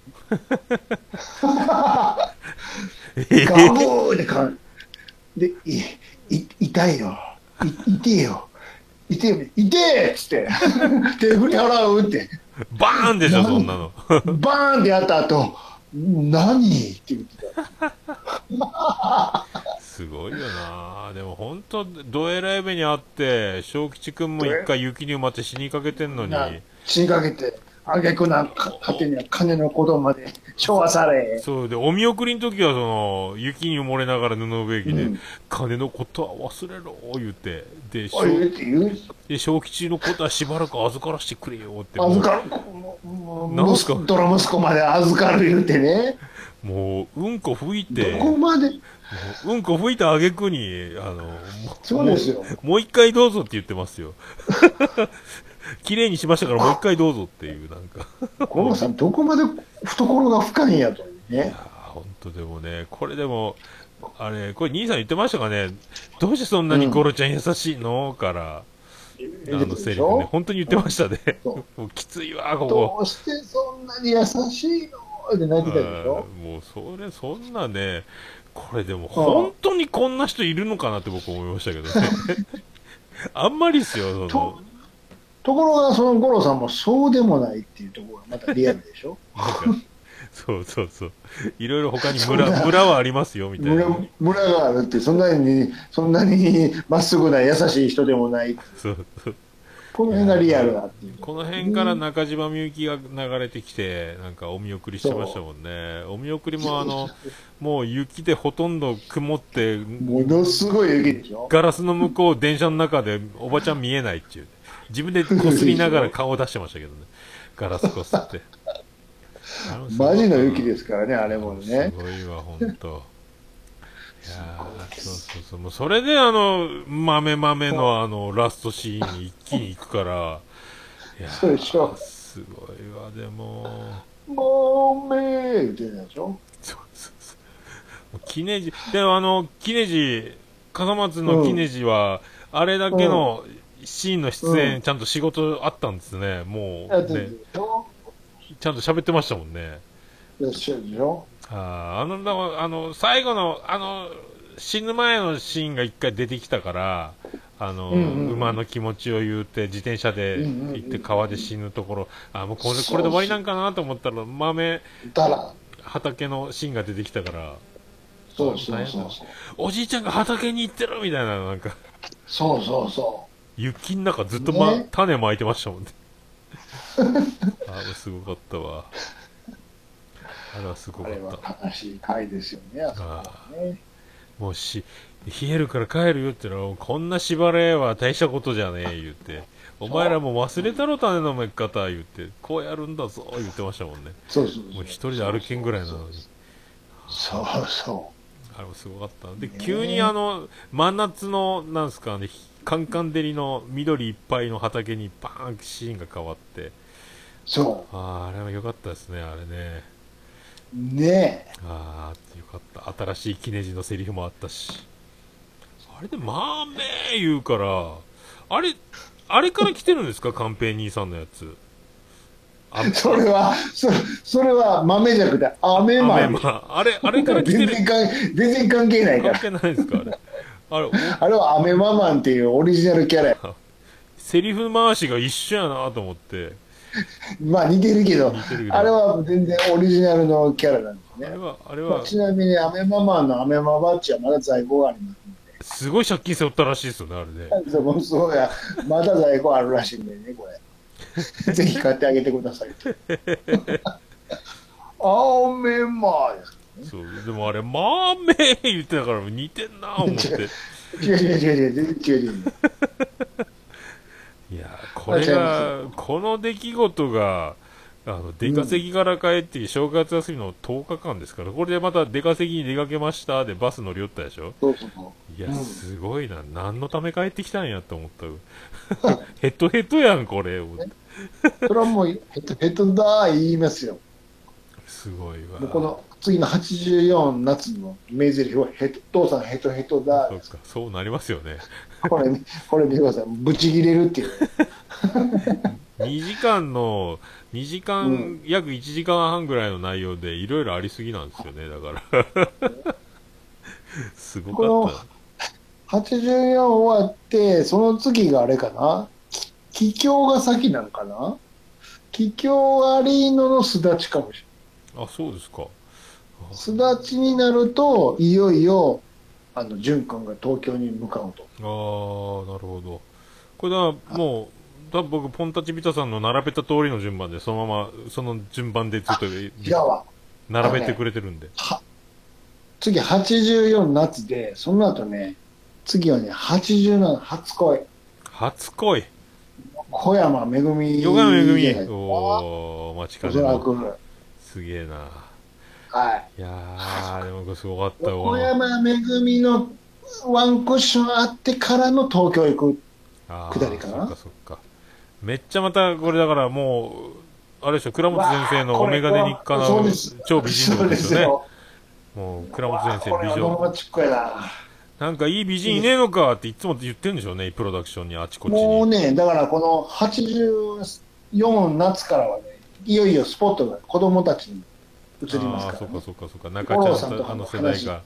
A: え
B: ガブーってかで、い、い、痛いよ。い、痛えよ。痛えよ。痛えっつって。 手振り払うって。
A: バーンでしょそんなの
B: バーンってやった後、何って言ってた。
A: すごいよなでも本当どえらい目にあって正吉君も一回雪に埋まって死にかけてんのに
B: な死にかけて、あげくな、か果てには金の子供まで、昭和され。
A: そうでお見送りの時はその雪に埋もれながら布植木で、
B: うん
A: 金のことは忘れろ言ってで
B: おい、って言う。
A: で小吉のことはしばらく預からしてくれよってもう
B: 預かる。もうもう
A: なんすか
B: 息子ドラ息子まで預かる言うてね。
A: もう、うんこ吹いて、
B: ど
A: も
B: こまで。
A: ううんこ吹いた挙句に、あの、も
B: そうですよ。
A: もう一回どうぞって言ってますよ。 綺麗にしましたからもう一回どうぞっていう、なんか。
B: ゴロさん、どこまで懐が深いんやというね。
A: あ本当でもね、これでも、あれ、これ兄さん言ってましたかね、どうしてそんなにゴロちゃん優しいのから、あのセリフね、本当に言ってましたね。
B: そ
A: もうきついわ、ここ
B: ど。うしてそんなに優しいのって泣いてたでしょ
A: うんもうそれそんなねこれでも本当にこんな人いるのかなって僕思いましたけどね あんまりですよその
B: とところがその五郎さんもそうでもないっていうところがまたリアルでしょ
A: なんかそうそうそういろいろ他に
B: そん
A: 村
B: な
A: 村はありますよみたいな
B: 村村があるってそんなにそんなにまっすぐな優しい人でもない
A: そうそう
B: この辺がリアルだっていう
A: この辺から中島みゆきが流れてきてなんかお見送りしてましたもんねお見送りもあのもう雪でほとんど曇って
B: ものすごい雪でしょ
A: ガラスの向こう、電車の中でおばちゃん見えないっていう。自分でこすりながら顔を出してましたけどね。ガラスこすって。
B: マジの雪ですからね、あれもね。
A: すごいわ、本当。いやーそうそうそう。もうそれであの、豆豆のあの、ラストシーンに一気に行くから。いやー
B: そうでしょ
A: すごいわ、でも。
B: もうめーって言うんでしょ
A: そうそうそう。もうキネジ、でもあの、キネジ、笠松のキネジは、あれだけのシーンの出演、
B: うん
A: ちゃんと仕事あったんですね。も
B: やって
A: う、
B: る
A: ね
B: で、しょ
A: ちゃんと喋ってましたもんね。
B: いらっしゃるでしょ
A: あーあの、だからあの、最後の、あの、死ぬ前のシーンが一回出てきたから、あの、
B: うんうんうん
A: 馬の気持ちを言うて、自転車で
B: うんうんうん
A: 行って川で死ぬところ、あ、もうこれ、
B: そうそ
A: こ
B: う
A: れで終わりなんかなと思ったら、豆
B: だら、
A: 畑のシーンが出てきたから、
B: そうそうそうそう。
A: おじいちゃんが畑に行ってるみたいな、なんか、
B: そうそうそ
A: 雪の中ずっと、ま
B: ね
A: 種まいてましたもんね。 あ、すごかったわ。あれはすご
B: う。あ
A: かっ
B: れは
A: た。
B: 悲しい回ですよね、あそこはね。
A: もうし、冷えるから帰るよってのは、こんな縛れは大したことじゃねえ、言って。お前らもう忘れたろ、種のめき方、言って。こうやるんだぞ、言ってましたもんね。
B: そうそうそう。
A: もう一人で歩けんぐらいなのに。
B: そうそ
A: あれもすごかった。で、
B: ねえ
A: 急にあの、真夏の、なんすかね、ひカンカン照りの緑いっぱいの畑にバーンシーンが変わって。
B: う。そ
A: ああ、あれは良かったですね、あれね。
B: う。ねえ。
A: ああ、よかった。新しいキネジのセリフもあったし。あれで、まあめー言うから、あれ、あれから来てるんですか寛平兄さんのやつ。あ、
B: それは、そそれは豆じゃなくて、雨
A: あめ
B: 豆。
A: まあ、あれ、あれから来て
B: 全
A: る
B: 然関全然関係ないか
A: 関
B: ら。
A: 係ないですかあれ。あれ、
B: あれはアメママンっていうオリジナルキャラや。
A: セリフ回しが一緒やなと思って。
B: まあ似てるけど
A: 似てるけ、ど
B: あれは全然オリジナルのキャラなんで
A: あ
B: す
A: れ
B: ね。
A: は、あれ
B: まあ
A: は、
B: ちなみにアメママンのアメママッチはまだ在庫があります。
A: すごい借金背負ったらしいですよね、あれね。
B: そうもうそうや、まだ在庫あるらしいんでね、これ。ぜひ買ってあげてください。青メンマ
A: そう、でもあれ、まあめー言ってたから似てんな思って。
B: ー違う違う違う違う違う違う。
A: いやーこれが、この出来事が、あの出稼ぎから帰って、正月休みの10日間ですから、これでまた出稼ぎに出かけましたで、バス乗り寄ったでしょ、
B: そうそうそう。
A: いや、
B: うん
A: すごいな、何のため帰ってきたんやと思った、 ヘッドヘッドやん、これ、思って
B: それはもうヘッドヘッドだー言いますよ。
A: すごいわ、
B: もうこの次の84夏の名台詞はヘッド、父さんヘッドヘッドだ
A: そ
B: ー
A: うか、そうなりますよね、
B: これ見、これ見てください。ブチ切れるっていう。
A: 2時間の、2時間、
B: うん
A: 約1時間半ぐらいの内容で、いろいろありすぎなんですよね、だから、 すごかった。
B: 84終わって、その次があれかなき桔梗が先なんかな桔梗アリーノの巣立ちかもしれない。
A: あ、そうですか。あ
B: 巣立ちになると、いよいよ、あの、淳君が東京に向かうと。
A: あー、なるほど。これだから、もう、多分僕、ポンタチビタさんの並べた通りの順番で、そのまま、その順番でずっと
B: 違うわ。
A: 並べてくれてるんで。
B: 次84夏で、その後ね、次はね、87初恋。
A: 初恋
B: 小山めぐみ。
A: ヨガめぐみお
B: お
A: ー、待ちか
B: そらく。
A: すげえな。
B: はい。
A: いやー、でもこれすごかったよ。
B: 小山めぐみのワンクッションあってからの東京行く。
A: あ
B: 下りかな
A: そっかそっか。めっちゃまた、これだからもう、あれでしょ、倉本先生のお眼鏡にかな
B: そう
A: う
B: です
A: 超美人
B: そう
A: で
B: ですす
A: よね。
B: よ。
A: もう、倉本先生、
B: これ
A: 美
B: は
A: 女
B: ド。ラマチックやな。
A: なんかいい美人いねえのかっていつも言ってるんでしょうね、プロダクションにあちこちに。
B: もうね、だからこの84夏からはね、いよいよスポットが子供たちに移ります
A: ああー、
B: か
A: そっかそ
B: ら、ね。
A: っかそっか、中ちゃんとあの世代
B: 五郎さんとかの話
A: が。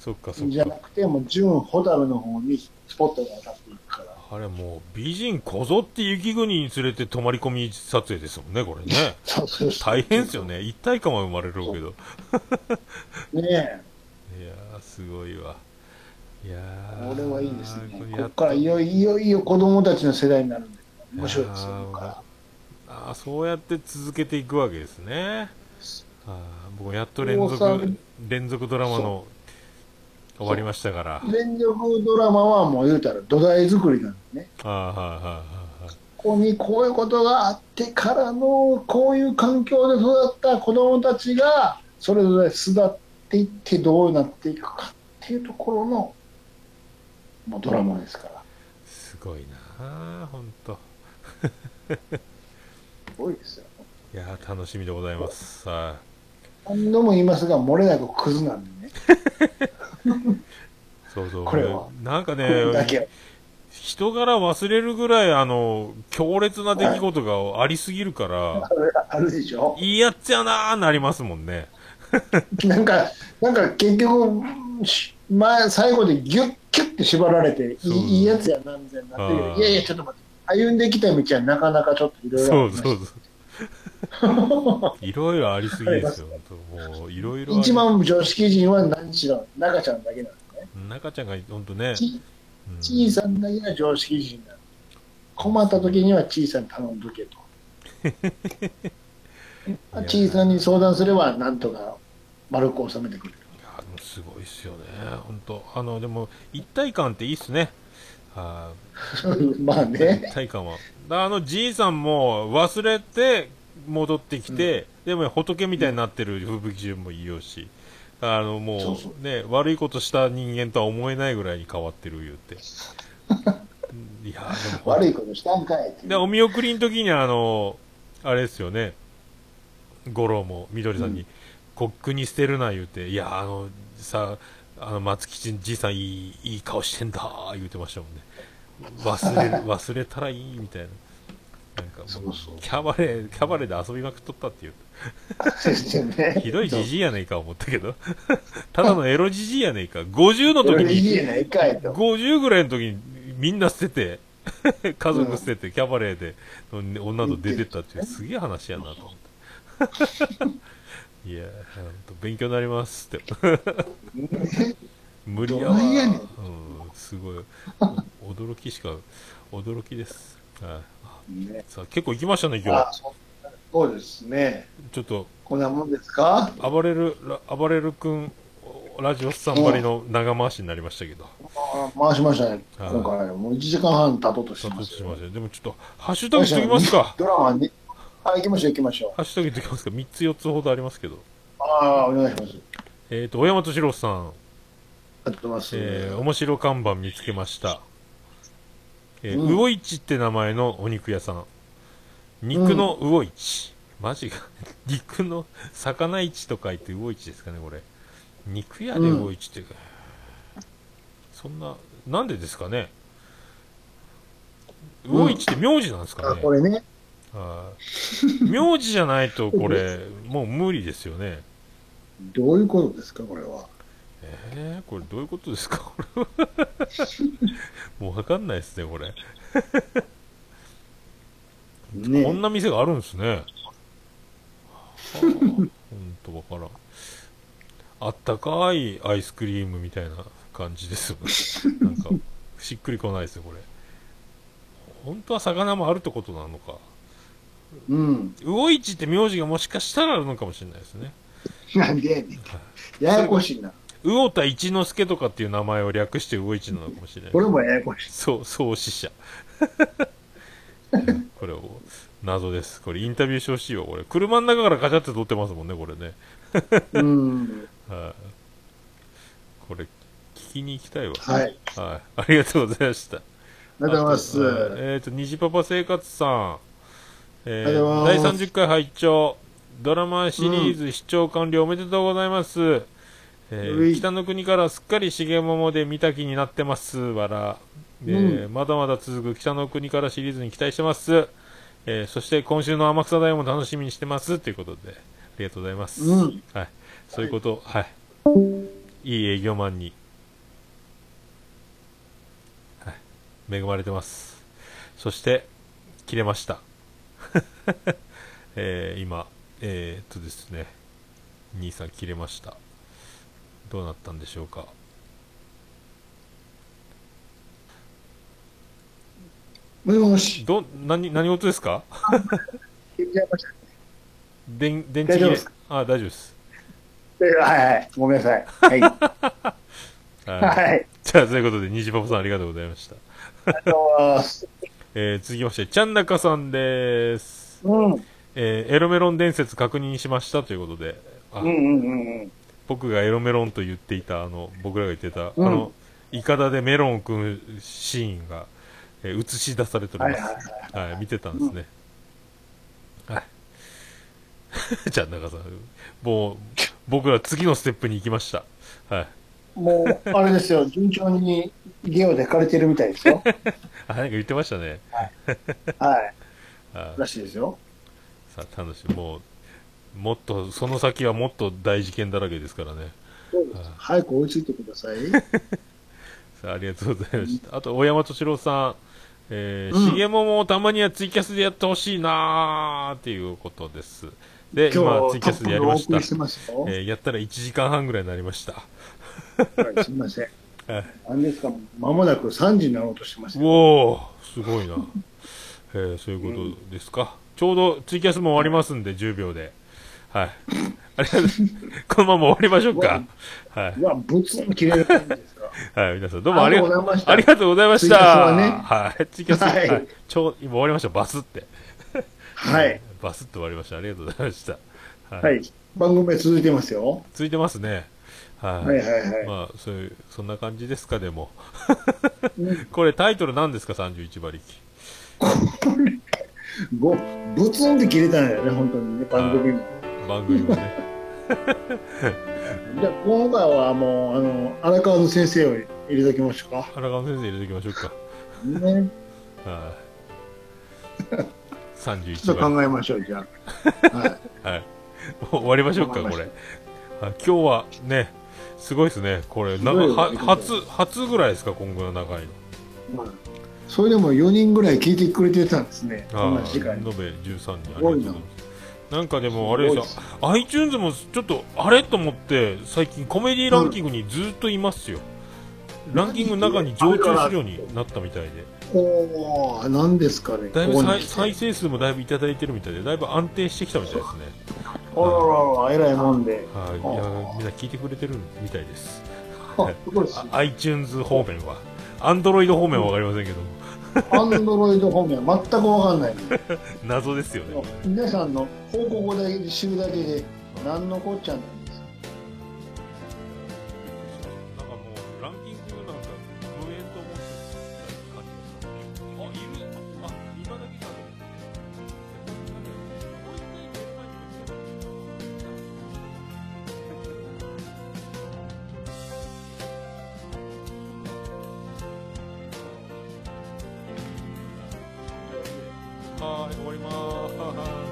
A: そっかそっ
B: じゃな
A: か。
B: くて、もう純ホタルの方にスポットが当たっていくから。
A: あれもう、美人こぞって雪国に連れて泊まり込み撮影ですもんね、これね。
B: そうそうそう
A: 大変ですよね。一体感は生まれるけど。
B: ね
A: いやー、すごいわ。いや
B: え、
A: ー。
B: これはいいですね。こ
A: や
B: こ
A: っ
B: からいよいよいよ子供たちの世代になるんで、面白いです
A: いや
B: よ。
A: ー
B: ここから
A: ああ、そうやって続けていくわけですね。あーもうやっと連
B: 五郎さ
A: 続
B: ん、
A: 連続ドラマの終わりましたから。
B: 連続ドラマはもう言うたら土台作りなんでね。
A: ああ、はいはいはいはい。
B: ここにこういうことがあってからのこういう環境で育った子どもたちがそれぞれ巣立っていってどうなっていくかっていうところのもうドラマですから
A: すごいなあほんと
B: すごいですよ
A: いやー楽しみでございますさあ
B: 何度も言いますが漏れなくクズなんでね
A: そうそう
B: これは
A: なんか
B: これだ
A: ね
B: けは
A: 人柄忘れるぐらいあの強烈な出来事がありすぎるから
B: あるあるでしょ
A: いいやっちゃなーなりますもんね
B: なんかなんか結局し前最後でギュッキュッて縛られてい
A: そう
B: いいいやつやなみたいになってるけ
A: あ
B: ど
A: ー
B: いやいやちょっと待って歩んできた道はなかなかちょっといろいろ
A: そ
B: あ
A: う
B: りま
A: そうそう
B: し
A: いろいろありすぎですよ、本当もういろいろあり。
B: た一番常識人は何しろ中ちゃんだけなんですね
A: 中ちゃんが本当ね、
B: ち
A: うん
B: 小さなだけが常識人なの困った時には小さに頼んどけと
A: や
B: 小さに相談すればなんとか丸く収めて くれる
A: いやでもすごいっすよね、本当。あのでも一体感っていいっすね。あ
B: ま
A: ー
B: あね
A: 一体感は。だあのじいさんも忘れて戻ってきて、でも仏みたいになってる吹雪順もいいよし。あのもう
B: そうそう
A: ね悪いことした人間とは思えないぐらいに変わってる言う てうんいやでも
B: 悪いことしたんかいっていう
A: で、お見送りの時にあの、あれですよね、五郎も緑さんに、
B: う
A: コックに捨てるな言うて、いや、あの、さ、あの、松吉じいさんいい、いい顔してんだ、言うてましたもんね。忘 れる、忘れたらいい、みたいな。なんかもう
B: そう そう
A: キャバレー、キャバレーで遊びまくっとったっていう。ひどいじ
B: じ
A: じいやねえか思った けど。ただのエロじじいやねえか。50の時
B: じ
A: に、
B: じいやないかいと。
A: 50ぐらいの時にみんな捨 てて、家族捨てて、キャバレーでの女と出てったっていう、すげえ話やなと思って。いやー、ほんと勉強になりますって。無理や
B: ど
A: わ。
B: ないやねん
A: うん、すごい。驚きしか、驚きです。はい
B: ね
A: さあ、結構行きましたね、今
B: あ
A: 日。
B: そうそうですね。
A: ちょっと、
B: こんなもんですか
A: 暴れる、ら暴れるくん、ラジオスさんばりの長回しになりましたけど。
B: あ回しましたね。
A: はい
B: 今回、もう1時間半経とうとし
A: さ
B: て
A: あ、ど
B: ま
A: う
B: す
A: し
B: よ
A: ましょう。でもちょっと、ハッシュタグしときますか。
B: ドラマに。あ、行きましょう、行きましょ
A: ハッシュタグ言ってきますか ?3 つ4つほどありますけど。
B: う。ああ、お願いします。
A: えっ、と、小山敏郎さん、
B: ありがとうございます。
A: えー、面白看板見つけました。えー、
B: うん
A: 魚市って名前のお肉屋さん。肉の魚市。マジか。 肉の魚市と書いて魚市ですかね、これ。肉屋で
B: うん
A: 魚市って、そんな、なんでですかね
B: うん
A: 魚市って名字なんですか
B: あ
A: ね、
B: これね。
A: はい名字じゃないとこ れ、もう無理ですよね。
B: どういうことですか、これは。
A: えー、これどういうことですか これはもうわかんないですね、これ。
B: ね
A: こんな店があるんですね。本当わからん。あったかいアイスクリームみたいな感じですよね。なんか、しっくりこないですよ、これ。本当は魚もあるってことなのか。
B: うん。
A: 魚市って名字がもしかしたらあるのかもしれないですね。
B: なんでやねん。ややこしいな。
A: 魚田一之助とかっていう名前を略して魚市なのかもしれない
B: こ。れもややこ しい。
A: そう、創始者。これを、謎です。これインタビューしてほしいわ、これ。車の中からガチャって撮ってますもんね、これね。
B: うん。
A: はい。これ、聞きに行きたいわ。
B: はい。あり
A: はい。ありがとうございました。
B: がとうございます。
A: あとえっ、と、虹パパ生活さん。え
B: ありがとう
A: ー、
B: ござ
A: 第
B: います
A: 30回拝聴ドラマシリーズ視聴完了おめでとうございます。えー
B: うい
A: 北の国からすっかり重桃で見た気になってます。わら。で
B: う
A: まだまだ続く北の国からシリーズに期待してます。えーそして今週の天草大も楽しみにしてます。ということで、ありがとうございます。
B: うん
A: はい。そういうこと、はい。いい営業マンに、はい、恵まれてます。そして、切れました。 えー今、えーっとですね、兄さん切れました。どうなったんでしょうか。
B: もしもし。
A: ど、何、何事ですか
B: 聞いちゃいました
A: 電、電池切
B: 大丈夫
A: れ
B: ですか。
A: あ、大丈夫です。
B: えはいはい。ごめんなさい。はい。
A: はい。
B: はい。
A: じゃあ、ということで、虹パパさんありがとうございました。
B: ありがとうございます。
A: えー続きまして、ちゃんなかさんです。
B: うん。
A: えーエロメロン伝説確認しましたということで、あ
B: うんうんうんうん。
A: 僕がエロメロンと言っていた、あの、僕らが言ってた、
B: うん
A: あの、イカダでメロンを食うシーンが、えー映し出されてお
B: は
A: り
B: い
A: ま
B: はいはい。
A: す。はい、見てたんですね。はい。 ちゃんなかさん、もう、僕ら次のステップに行きました。はい。
B: もう、あれですよ、順調にゲオでかれてるみたいですよ。
A: あ、なんか言ってましたね。
B: はい。
A: あ
B: らしいですよ。
A: さあ、楽しい。もう、もっと、その先はもっと大事件だらけですからね。
B: そうです早く追いついてください。
A: さあ、ありがとうございました。あと、大山敏郎さん。え
B: う
A: ー、
B: ん
A: しげももをたまにはツイキャスでやってほしいなーっていうことです。で、今、ツイキャスでやりまし
B: ト
A: た
B: ップでお送り。してますよ。
A: えーやったら1時間半ぐらいになりました。
B: はいすみません
A: はい。
B: 何ですか、まもなく3時になろうとしてます
A: う
B: よ。
A: おー、すごいな。 えーそういうことですか。ちょうどツイキャスも終わりますんで、10秒で。はい。 ありがとうございます。このまま終わりましょうか。はい。
B: うわ、ぶつん切れる感じですか。
A: はい、皆さんどうもありが
B: ありがとうございました
A: ありがとうございまし
B: ツイキャス
A: た。
B: はね
A: はい、ツイキャス、は
B: はいい
A: ちょう今終わりました、バスって。
B: はい。
A: バスって終わりました。ありがとうございました。はい。
B: はい。番組は続いてますよ。
A: ついてますね。はい。
B: はいはいはい。
A: まあ、そういう、そんな感じですか、でも。
B: うん
A: これタイトル何ですか、31馬力。
B: ごぶつんって切れたんだよね、本当にね、番組も。
A: 番組もね。
B: じゃあ、今回はもう、あの、荒川の先生を入れときましょうか。
A: 荒川先生入れておきましょう
B: ね。
A: か。はい。
B: ちょ
A: 31
B: っと
A: 馬力。
B: 考えましょう、じゃ あ。はい。
A: はい。もう終わりましょうか、こ
B: わか
A: れ。
B: りま
A: はい今日はね、すごいですね。これ、な
B: すごい
A: は
B: よ
A: 初、初ぐらいですか、今後の長いの。
B: まあそれでも4人ぐらい聞いてくれてたんですね、こん
A: あ
B: な時間
A: 延べ
B: に。
A: 13人ありが
B: す
A: と
B: ご
A: う
B: い
A: ござ
B: ない
A: ますなんかでもあれで
B: 多いっ
A: す
B: す
A: よ iTunes もちょっとあれと思って最近コメディランキングにずっといますよ、ランキングの中に常駐するようになったみたいで
B: おー、何ですかね、
A: だい
B: こ
A: ぶ
B: こに
A: 再
B: 来て
A: 再生数もだいぶいただいてるみたいでだいぶ安定してきたみたいですね
B: あららら、偉いもんで。
A: はいいやみんな聞いてくれてるみたいです
B: あすごいです
A: あ iTunes 方面は Android 方面は分かりませんけども
B: アンドロイド方面は全く分かんないんで
A: 謎ですよね
B: 皆さんの報告だけ週だけで何のこっちゃなんです
A: なんかもうランキングなんか無縁と思ってた感じがした。あ、いる。あ、今だけだね。はーい、終わりまーす。